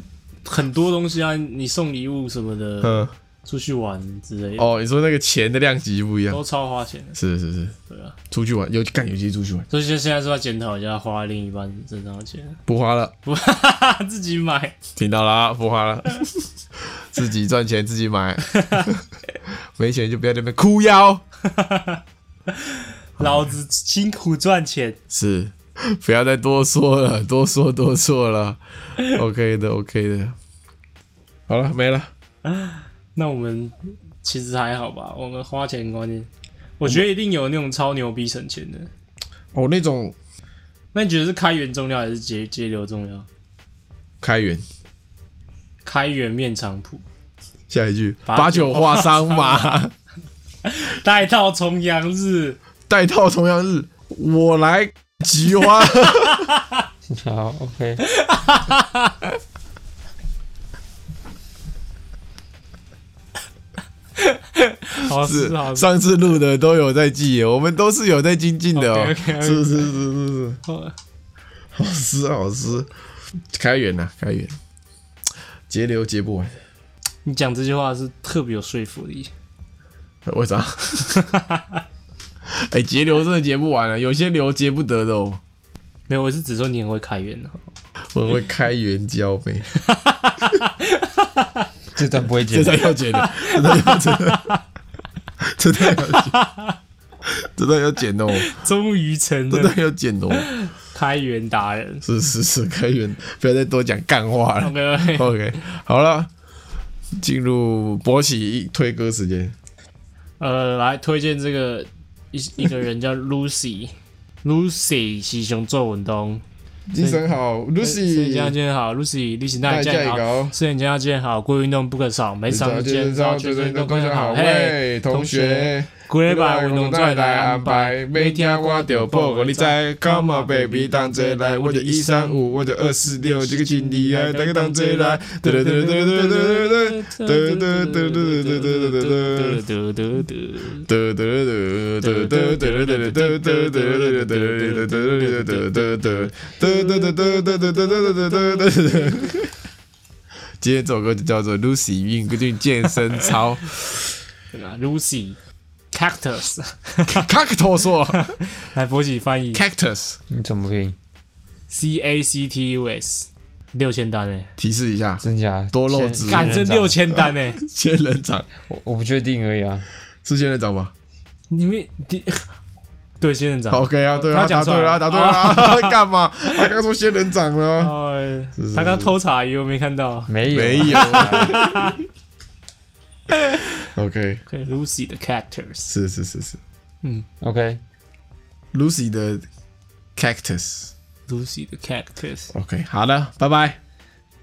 Speaker 3: 很多东西啊，你送礼物什么的，
Speaker 2: 嗯，
Speaker 3: 出去玩之类的，
Speaker 2: 哦，你说那个钱的量级不一样
Speaker 3: 都，超花钱的。
Speaker 2: 是是是，
Speaker 3: 对啊，
Speaker 2: 出去玩尤干尤其出去玩，
Speaker 3: 所以现现在是要检讨一下花另一半身上的钱，
Speaker 2: 不花了，
Speaker 3: 他自己买。
Speaker 2: 听到啦，不花了， 自己赚钱自己 买，没钱就不要在那边哭腰，嗯
Speaker 3: 老子辛苦赚钱，
Speaker 2: 是，不要再多说了，多说多错了，OK 的 OK 的，好了没了，
Speaker 3: 那我们其实还好吧，我们花钱观念，我觉得一定有那种超牛逼省钱的。
Speaker 2: 哦那种
Speaker 3: 那你觉得是开源重要还是节节流重要？
Speaker 2: 开源。
Speaker 3: 开源面场谱，
Speaker 2: 下一句，
Speaker 3: 把
Speaker 2: 把
Speaker 3: 酒
Speaker 2: 酒话桑麻，
Speaker 3: 带到重阳日，
Speaker 2: 带套重阳日，我来菊花。
Speaker 4: 好，OK，
Speaker 3: 好
Speaker 2: 是
Speaker 3: 是好事。
Speaker 2: 上次录的都有在记耶，我们都是有在精进的哦。
Speaker 3: OK，OK，OK
Speaker 2: 是是是是是，
Speaker 3: 好
Speaker 2: 好吃好吃，开源呐、开源，节流节不完，
Speaker 3: 你讲这句话是特别有说服力。
Speaker 2: 为啥？ 哎、节流真的节不完啊了，有些流节不得的哦。
Speaker 3: 没有，我是只说你很会开源的。
Speaker 2: 我很会开源交配，
Speaker 4: 这段不会
Speaker 2: 这
Speaker 4: 剪。
Speaker 2: 段要剪 的，这段要剪的，这段要剪，这段要剪哦，
Speaker 3: 终于承
Speaker 2: 这
Speaker 3: 认
Speaker 2: 段要剪哦。
Speaker 3: 开源达人。
Speaker 2: 是是是，开源，不要再多讲干话了。
Speaker 3: OK，, o k
Speaker 2: OK，好了，进入博喜推歌时间。
Speaker 3: 呃，来推荐这个一一个人叫 Lucy，Lucy 西熊周文东。
Speaker 2: 精神好
Speaker 3: 身体健康
Speaker 2: ，Lucy，
Speaker 3: 健好，Lucy，李喜娜
Speaker 2: 大
Speaker 3: 健
Speaker 2: 家
Speaker 3: 康，
Speaker 2: 好，
Speaker 3: 身体健康健好，过运动不可少，没少健
Speaker 2: 操，
Speaker 3: 全
Speaker 2: 全
Speaker 3: 身
Speaker 2: 身
Speaker 3: 都
Speaker 2: 都
Speaker 3: 更
Speaker 2: 更
Speaker 3: 加
Speaker 2: 加
Speaker 3: 好。
Speaker 2: 好。
Speaker 3: 嘿，
Speaker 2: 嘿，同学，
Speaker 3: 几
Speaker 2: 礼
Speaker 3: 礼拜
Speaker 2: 拜
Speaker 3: 运
Speaker 2: 运
Speaker 3: 动
Speaker 2: 动再
Speaker 3: 再来
Speaker 2: 来
Speaker 3: 安
Speaker 2: 安
Speaker 3: 排
Speaker 2: 排，，每
Speaker 3: 每天
Speaker 2: 天
Speaker 3: 我
Speaker 2: 我
Speaker 3: 就
Speaker 2: 就
Speaker 3: 报
Speaker 2: 报
Speaker 3: 我
Speaker 2: 我
Speaker 3: 你
Speaker 2: 你
Speaker 3: 知
Speaker 2: 知
Speaker 3: ，Come
Speaker 2: ，Come
Speaker 3: on
Speaker 2: on
Speaker 3: baby，
Speaker 2: baby，
Speaker 3: 当
Speaker 2: 当
Speaker 3: 真
Speaker 2: 真
Speaker 3: 来，
Speaker 2: 来，
Speaker 3: 我
Speaker 2: 我
Speaker 3: 就
Speaker 2: 就
Speaker 3: 一
Speaker 2: 一
Speaker 3: 三
Speaker 2: 三
Speaker 3: 五，
Speaker 2: 五，
Speaker 3: 我
Speaker 2: 我
Speaker 3: 就
Speaker 2: 就
Speaker 3: 二
Speaker 2: 二
Speaker 3: 四
Speaker 2: 四
Speaker 3: 六，
Speaker 2: 六，这
Speaker 3: 这个
Speaker 2: 个
Speaker 3: 劲
Speaker 2: 劲
Speaker 3: 敌
Speaker 2: 敌
Speaker 3: 啊
Speaker 2: 啊，，
Speaker 3: 这
Speaker 2: 这
Speaker 3: 个
Speaker 2: 个
Speaker 3: 当
Speaker 2: 当
Speaker 3: 真
Speaker 2: 真
Speaker 3: 来
Speaker 2: 来，，
Speaker 3: 得
Speaker 2: 得得
Speaker 3: 得得
Speaker 2: 得得得得得
Speaker 3: 得得得得得得得得得得得得得得。
Speaker 2: 今天这首歌就叫做 Lucy 运动健身操。
Speaker 3: 对吧？Lucy Cactus，
Speaker 2: Cactus 哦
Speaker 3: 来博喜翻译
Speaker 2: Cactus，
Speaker 4: 你怎么拼？
Speaker 3: C A C T U S，六千单哎、
Speaker 2: 提示一下，
Speaker 4: 真假？
Speaker 2: 多肉植物嗯
Speaker 3: 欸，干这
Speaker 4: 真
Speaker 3: 六，千单哎、
Speaker 2: 仙人掌
Speaker 4: 我我不确定而已啊。
Speaker 2: 是仙人掌吧
Speaker 3: 你们你对仙人掌，
Speaker 2: ？OK 啊，对啊，
Speaker 3: 他讲
Speaker 2: 答对
Speaker 3: 出来
Speaker 2: 了啊，
Speaker 3: 了
Speaker 2: 答对了啊， 干嘛？他刚说仙人掌了啊，
Speaker 3: 哦，
Speaker 2: 是是
Speaker 3: 他刚偷查鱼，我没看到。
Speaker 4: 没有，啊
Speaker 2: 没有。OK，
Speaker 3: OK, Lucy 的 Cactus，
Speaker 2: 是是是是
Speaker 4: OK，
Speaker 2: ，Lucy 的 Cactus。
Speaker 3: Lucy 的 Cactus，
Speaker 2: OK，好的，拜拜。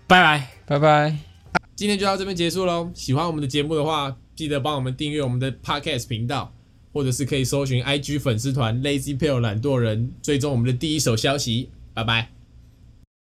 Speaker 3: 拜拜。
Speaker 4: 拜拜。
Speaker 1: 今天就到这边结束喽。喜欢我们的节目的话，记得帮我们订阅我们的 Podcast 频道，或者是可以搜寻 IG 粉丝团 Lazy p a l e 懒惰人，追踪我们的第一手消息。拜拜。